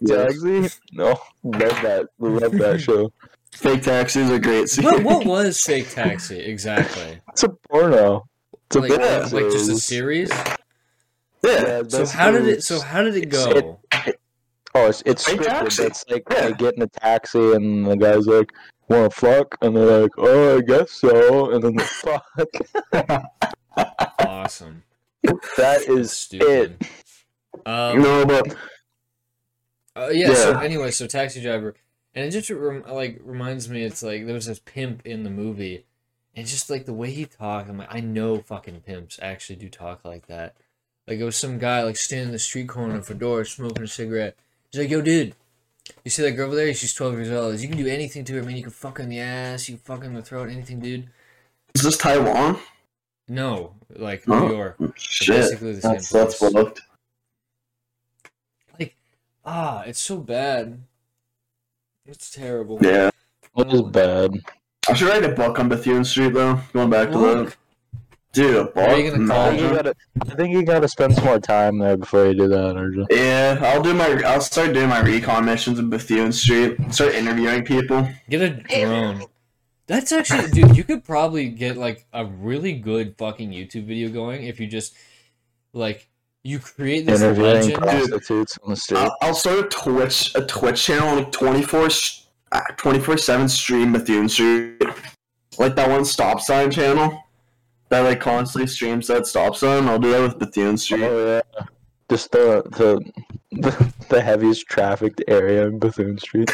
S2: Yes.
S3: Taxi? No, love that. Love that show.
S2: Fake taxis are great. See?
S1: what, what was fake taxi exactly?
S3: It's a porno. It's a
S1: like,
S3: porno
S1: like just a series.
S3: series.
S2: Yeah.
S3: Yeah,
S1: So
S3: that's
S1: how did
S3: the-
S1: it? So how did it
S3: it's-
S1: go?
S3: Oh, it's it's
S2: Hey,
S3: scripted.
S2: taxi.
S3: It's like
S2: Yeah.
S3: they get in a taxi and the guy's like, "Want to fuck?" and they're like, "Oh, I guess so." And then they fuck.
S1: Awesome.
S3: That
S1: That's
S3: is it.
S1: stupid. Um,
S2: no, but
S1: Uh, yeah, So
S2: Yeah.
S1: anyway, so taxi driver, and it just rem- like reminds me, it's like there was this pimp in the movie, and just like the way he talked, I'm like, I know fucking pimps actually do talk like that. Like it was some guy like standing in the street corner in a fedora, smoking a cigarette. He's like, "Yo, dude, you see that girl over there? She's 12 years old. You can do anything to her. I mean, you can fuck her in the ass, you can fuck her in the throat, anything, dude."
S2: is this Taiwan?
S1: No, like
S2: Huh?
S1: New York,
S2: Oh, Shit,
S1: basically the same
S2: that's that's
S1: place.
S2: fucked.
S1: Ah, it's so bad. It's terrible.
S2: Yeah,
S3: That is bad.
S2: I should write a book on Bethune Street though. Going back to
S1: Look.
S2: that, dude, a book.
S1: Are you gonna call
S3: I think, you
S2: imagine.
S3: gotta, I think you gotta spend some more time there before you do that, Arjun.
S2: Yeah, I'll do my. I'll start doing my recon missions in Bethune Street. Start interviewing people.
S1: Get a drone. That's actually, dude. You could probably get like a really good fucking YouTube video going if you just like you create this
S3: Interviewing
S1: legend.
S3: prostitutes on the street.
S2: I'll, I'll start a Twitch a Twitch channel like 24 24 seven stream Bethune Street, like that one stop sign channel that like constantly streams that stop sign. I'll do that with Bethune Street.
S3: Oh, yeah. Just the, the the the heaviest trafficked area in Bethune Street.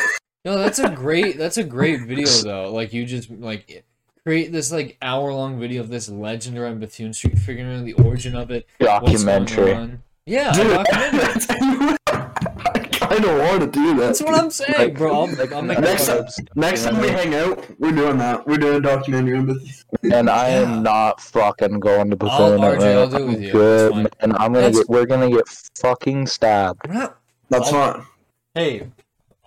S1: No, that's a great. That's a great video though. Like you just like create this like hour long video of this legend around Bethune Street, figuring out the origin of it. what's going
S3: Documentary.
S1: on. Oh, Yeah, a
S2: Dude,
S1: documentary.
S2: that's- I kind of want to do that.
S1: That's what I'm saying, bro. I'll, I'll make
S2: next
S1: a
S2: time- Next time we hang out, we're doing that. We're doing a documentary on Bethune.
S3: And I
S1: Yeah.
S3: am not fucking going to
S1: I'll-
S3: Bethune.
S1: RJ,
S3: man.
S1: I'll do it with
S3: I'm
S1: you. It's
S3: Good,
S1: fine.
S3: man. I'm gonna
S1: That's-
S3: get. We're gonna get fucking stabbed.
S1: We're not-
S2: That's fine.
S1: Hey,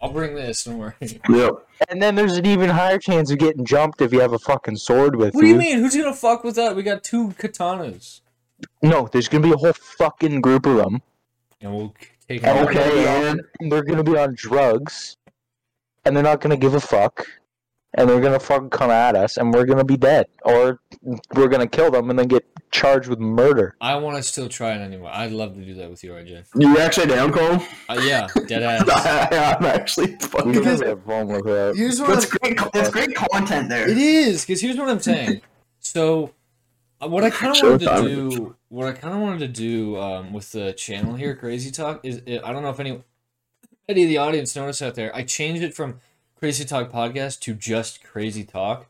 S1: I'll bring this. Don't worry.
S2: Yep.
S3: And then there's an even higher chance of getting jumped if you have a fucking sword with
S1: What do you mean? Who's gonna fuck with that? We got two katanas.
S3: No, there's gonna be a whole fucking group of them.
S1: and we'll c- take
S3: And
S1: it.
S3: we're gonna
S2: Okay,
S3: be
S2: man.
S3: on- they're gonna be on drugs, and they're not gonna give a fuck, and they're gonna fucking come at us, and we're gonna be dead, or we're gonna kill them and then get charged with murder.
S1: I want to still try it anyway. I'd love to do that with you, RJ.
S2: You actually down, Cole?
S1: Uh, yeah, dead ass.
S2: I'm actually
S3: We
S2: fucking.
S3: can
S1: Because-
S3: have fun with that.
S1: Here's
S2: That's great. That's great content there.
S1: It is because here's what I'm saying. So, uh, what I kind of wanted to
S2: Showtime.
S1: do, what I kind of wanted to do um, with the channel here, Crazy Talk, is uh, I don't know if any any of the audience noticed out there. I changed it from Crazy Talk podcast to just Crazy Talk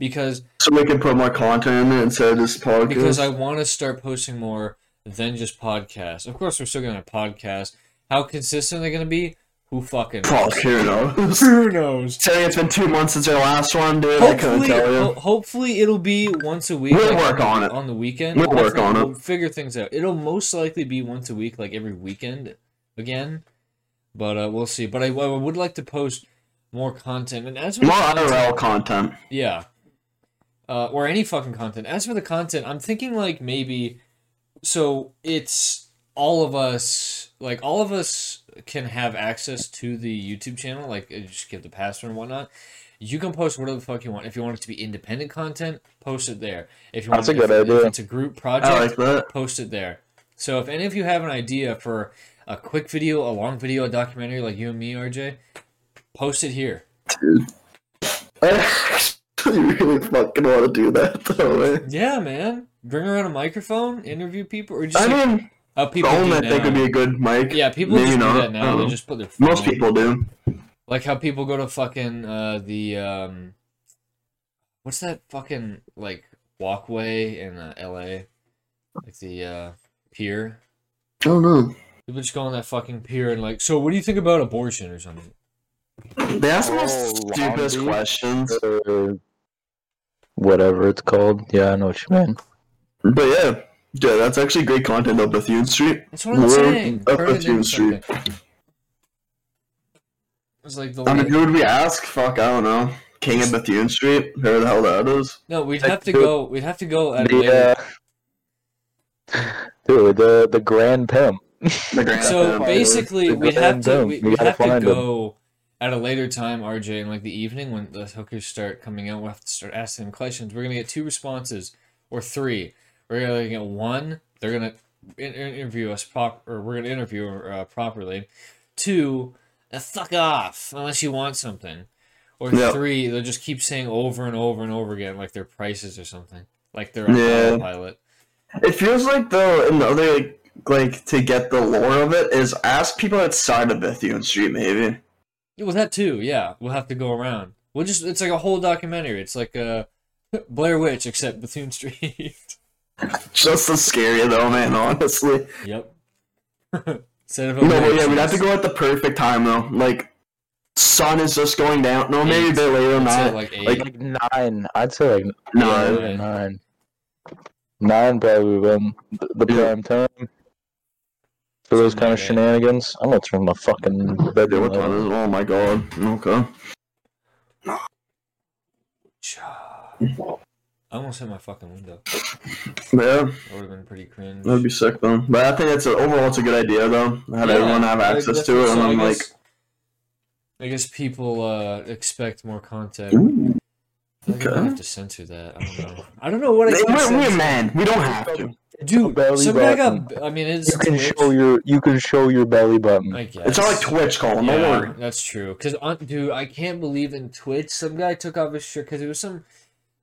S1: because
S2: So we can put more content in it instead of just podcast.
S1: because I want to start posting more than just podcasts. Of course, we're still gonna podcast. How consistent they're gonna be? Who fucking knows?
S2: Fuck, who knows?
S1: Who knows?
S2: Saying it's been two months since our last one, dude. I couldn't
S1: Hopefully,
S2: tell you.
S1: ho- hopefully it'll be once a week.
S2: We'll
S1: like,
S2: work on it.
S1: on the weekend.
S2: We'll work
S1: Definitely,
S2: on it.
S1: We'll figure things out. It'll most likely be once a week, like every weekend again. But uh, we'll see. But I, I would like to post more content, and as for the
S2: More
S1: content-
S2: IRL content.
S1: yeah. Uh, or any fucking content. As for the content, I'm thinking like maybe so it's all of us like all of us can have access to the YouTube channel, like uh, just give the password and whatnot. You can post whatever the fuck you want. If you want it to be independent content, post it there. If you want
S3: That's a
S1: if
S3: good
S1: it- if
S3: idea.
S1: it's a group project,
S2: I like that.
S1: post it there. So if any of you have an idea for a quick video, a long video, a documentary like you and me, RJ, post it here.
S2: I actually really fucking want to do that, though. eh?
S1: Yeah, man. Bring around a microphone, interview people, or just
S2: I
S1: like,
S2: mean,
S1: how people
S2: phone
S1: do
S2: I think
S1: now.
S2: would be a good mic.
S1: yeah, people
S2: Maybe
S1: just
S2: not.
S1: do that
S2: I
S1: now.
S2: don't
S1: They
S2: know.
S1: just put their phone.
S2: Most people do.
S1: like how people go to fucking uh, the um, what's that fucking like walkway in uh, L.A. like the uh, pier.
S2: I don't know.
S1: People just go on that fucking pier and like, so what do you think about abortion or something?
S2: They ask the
S3: Oh,
S2: most stupidest
S3: Long Beach.
S2: questions.
S3: Or whatever it's called. Yeah, I know what you mean.
S2: But yeah, yeah, that's actually great content though, Bethune Street.
S1: That's what I'm
S2: We're
S1: saying.
S2: up
S1: Turn it
S2: at
S1: into
S2: Hume Street.
S1: something. It's like the
S2: I mean,
S1: late-
S2: who would we ask? Fuck, I don't know. King of Bethune Street, whoever the hell that is.
S1: no, we'd
S3: Like,
S1: have to
S3: dude,
S1: go. We'd have to go at a later
S3: The, uh, dude, the the grand pimp.
S2: The grand
S1: so
S2: Theft Auto.
S1: basically
S3: They
S1: we'd
S3: go
S1: have to
S3: down.
S1: we,
S3: We
S1: would
S3: gotta
S1: have to
S3: find 'em.
S1: go at a later time rj in like the evening when the hookers start coming out we'll have to start asking them questions we're gonna get two responses or three we're gonna get one they're gonna in- in- interview us prop or we're gonna interview her uh, properly Two, uh, fuck off unless you want something. Or
S2: Yeah.
S1: three, they'll just keep saying over and over and over again like their prices or something. Like they're
S2: Yeah.
S1: on pilot.
S2: It feels like though another like, like to get the lore of it is ask people outside of Bethune Street maybe.
S1: Yeah, well, that too. Yeah, we'll have to go around. We'll just—it's like a whole documentary. It's like uh, Blair Witch except Bethune Street.
S2: Just as scary though, man. Honestly,
S1: yep. Instead of a
S2: no,
S1: Blair
S2: but yeah, we'd have to
S1: Witch,
S2: go at the perfect time though. Like sun is just going down. No, maybe a bit later.
S1: it's at,
S2: Not
S1: like eight.
S2: like-
S3: Like nine. I'd say like
S2: nine.
S1: Yeah.
S3: nine. Nine probably would have been th- the
S2: Yeah.
S3: prime time. For those kind of
S1: Okay.
S3: shenanigans, I'm gonna turn my fucking
S2: Dude,
S3: bedroom
S2: what time
S3: light
S2: is it? Oh my god. Okay.
S1: I almost hit my fucking window.
S2: Yeah,
S1: That would have been pretty cringe.
S2: that'd be sick though. But I think it's a, overall it's a good idea though. Had everyone have
S1: like,
S2: access
S1: that's
S2: to
S1: what-
S2: it, and
S1: so
S2: I'm
S1: I
S2: like,
S1: guess- I guess people uh, expect more content.
S2: ooh.
S1: I think I
S2: Mm, okay.
S1: have to censor that. I don't know. I don't know what I
S2: Hey,
S1: can
S2: we're,
S1: censor.
S2: we're man. We don't have to.
S1: Dude,
S3: Belly
S1: somebody
S3: button.
S1: got. I mean, it's.
S3: You can
S1: Twitch,
S3: show your you can show your belly button.
S1: I guess.
S2: It's not like Twitch, Colin. Don't
S1: Yeah,
S2: worry.
S1: that's true. Cause on, dude, I can't believe in Twitch. Some guy took off his shirt because it was some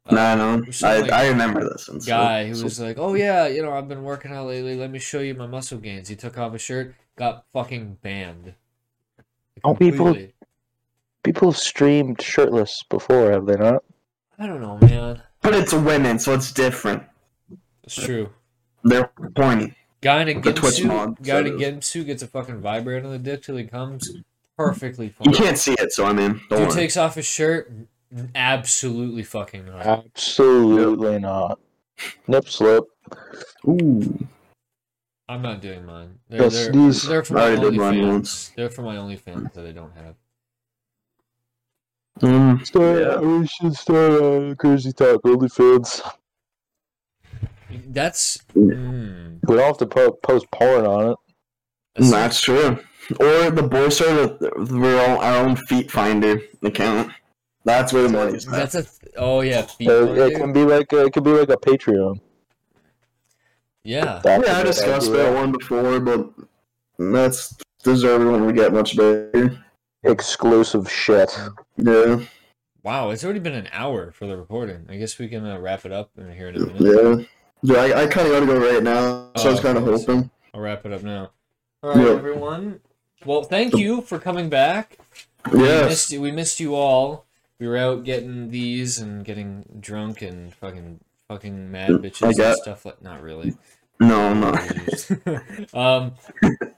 S2: Nah, no.
S1: so,
S2: I,
S1: like,
S2: I remember this. And so-
S1: guy who
S2: so-
S1: was like, "Oh yeah, you know, I've been working out lately. Let me show you my muscle gains." He took off his shirt, got fucking banned.
S3: Oh, people-
S1: Completely.
S3: People have streamed shirtless before, have they not?
S1: I don't know, man.
S2: But it's women, so it's different.
S1: It's true.
S2: They're horny.
S1: Guy in a
S2: The Twitch
S1: Gensu,
S2: mod
S1: guy in a
S2: said
S1: Gensu gets a fucking vibrator on the dick till he comes. Perfectly fine.
S2: You can't see it, so I mean, don't
S1: Dude
S2: worry.
S1: takes off his shirt. n- Absolutely fucking not.
S3: Ah. Absolutely not. Nip slip.
S2: Ooh.
S1: I'm not doing mine. They're,
S3: Yes,
S1: they're,
S3: these-
S1: they're for
S2: I
S1: my
S2: already did mine
S1: OnlyFans.
S2: once.
S1: They're for my OnlyFans that I don't have.
S2: Mm.
S3: Start,
S2: Yeah.
S3: We should start uh, crazy talk, only fans.
S1: That's.
S2: Yeah.
S1: Mm,
S3: We don't have to po- post porn on it.
S1: that's
S2: That's true. Or the boy started with our own, our own feet finder account. That's where the money's at.
S1: That's a. Th- oh yeah, feet
S3: Uh,
S1: part,
S3: it
S1: dude.
S3: can be like a, it can be like a Patreon.
S1: yeah.
S3: That
S2: Yeah, I
S3: could be a good
S2: discussed
S3: idea.
S2: that one before, but that's deserved when we get much bigger.
S3: Exclusive shit.
S2: Yeah,
S1: Wow, it's already been an hour for the recording. I guess we can uh, wrap it up in here in a minute.
S2: yeah. Yeah, I, I kind of gotta go right now, so I was
S1: Oh,
S2: kind of
S1: yes.
S2: hoping.
S1: I'll wrap it up now. All right,
S2: Yeah.
S1: everyone. Well, thank you for coming back. We
S2: Yes.
S1: missed you. We missed you all. We were out getting these and getting drunk and fucking fucking mad bitches and
S2: Mm, got-
S1: stuff like. Not really.
S2: No, no.
S1: um,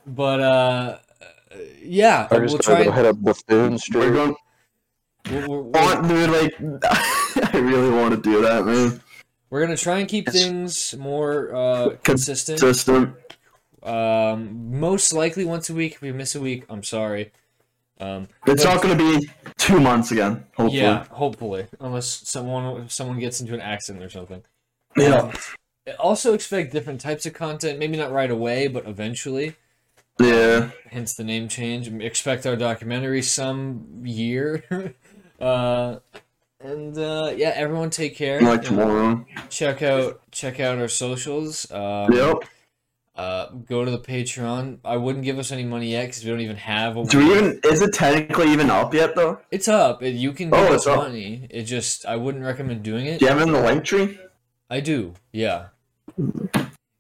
S1: but uh, yeah,
S3: I
S1: we'll
S3: just
S1: try.
S3: gotta go
S1: And,
S3: head up Bethune
S2: We're
S3: Street.
S2: going
S1: we're, we're, we're,
S2: on, dude. Like, I really want to do that, man.
S1: we're gonna try and keep things more uh, consistent.
S2: System.
S1: Um, most likely once a week. If we miss a week, I'm sorry. Um,
S2: It's not gonna be two months again. Hopefully.
S1: yeah, hopefully, unless someone someone gets into an accident or something. Um,
S2: Yeah.
S1: Also, expect different types of content. Maybe not right away, but eventually.
S2: Yeah.
S1: hence the name change. Expect our documentary some year. uh, and uh, yeah, everyone take care.
S2: Like tomorrow.
S1: Check out check out our socials. Um,
S2: Yep.
S1: Uh, go to the Patreon. I wouldn't give us any money yet because we don't even have. A
S2: Do we even? Is it technically even up yet, though?
S1: It's up. It, you can
S2: Oh,
S1: give us
S2: it's up.
S1: money. It just I wouldn't recommend doing it.
S2: Do you have it in the link tree?
S1: I do. Yeah.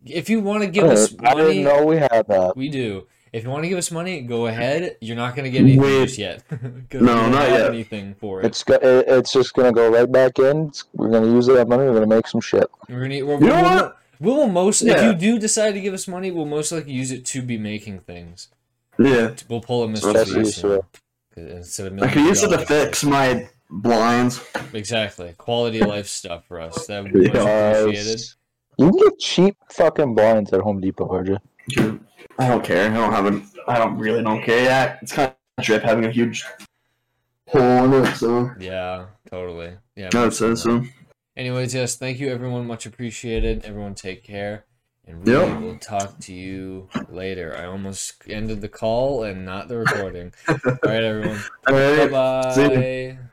S1: If you want to
S2: Uh,
S1: give
S3: I
S1: us
S3: didn't
S1: money,
S3: know we had that.
S1: we do. If you want to give us money, go ahead. You're not going to get anything
S2: Wait.
S1: just yet. 'Cause we
S2: No,
S1: don't
S2: not
S1: have
S2: yet.
S1: Anything for it.
S3: It's go- it, it's just gonna go right back in. It's- we're gonna use that money. We're gonna make some shit.
S1: We're gonna, we're,
S2: You know
S1: we'll,
S2: what?
S1: We will most if
S2: Yeah.
S1: you do decide to give us money, we'll most likely use it to be making things.
S2: Yeah.
S1: We'll pull a mystery
S3: That's
S1: Science
S3: useful.
S1: now, instead of
S2: I could use it to
S1: million dollars.
S2: fix my blinds.
S1: Exactly, quality of life stuff for us. That would be much
S3: Uh,
S1: appreciated.
S3: you can get cheap fucking blinds at Home Depot, RJ.
S2: I don't care. I don't have an. I don't really don't care. Yeah, it's kind of drip having a huge hole in it. So
S1: Yeah, totally. Yeah.
S2: I would say so.
S1: Anyways, yes, thank you everyone. Much appreciated. Everyone, take care, and we
S2: Yep.
S1: will talk to you later. I almost ended the call and not the recording. All right, everyone.
S2: All right.
S1: Bye
S2: See
S1: bye.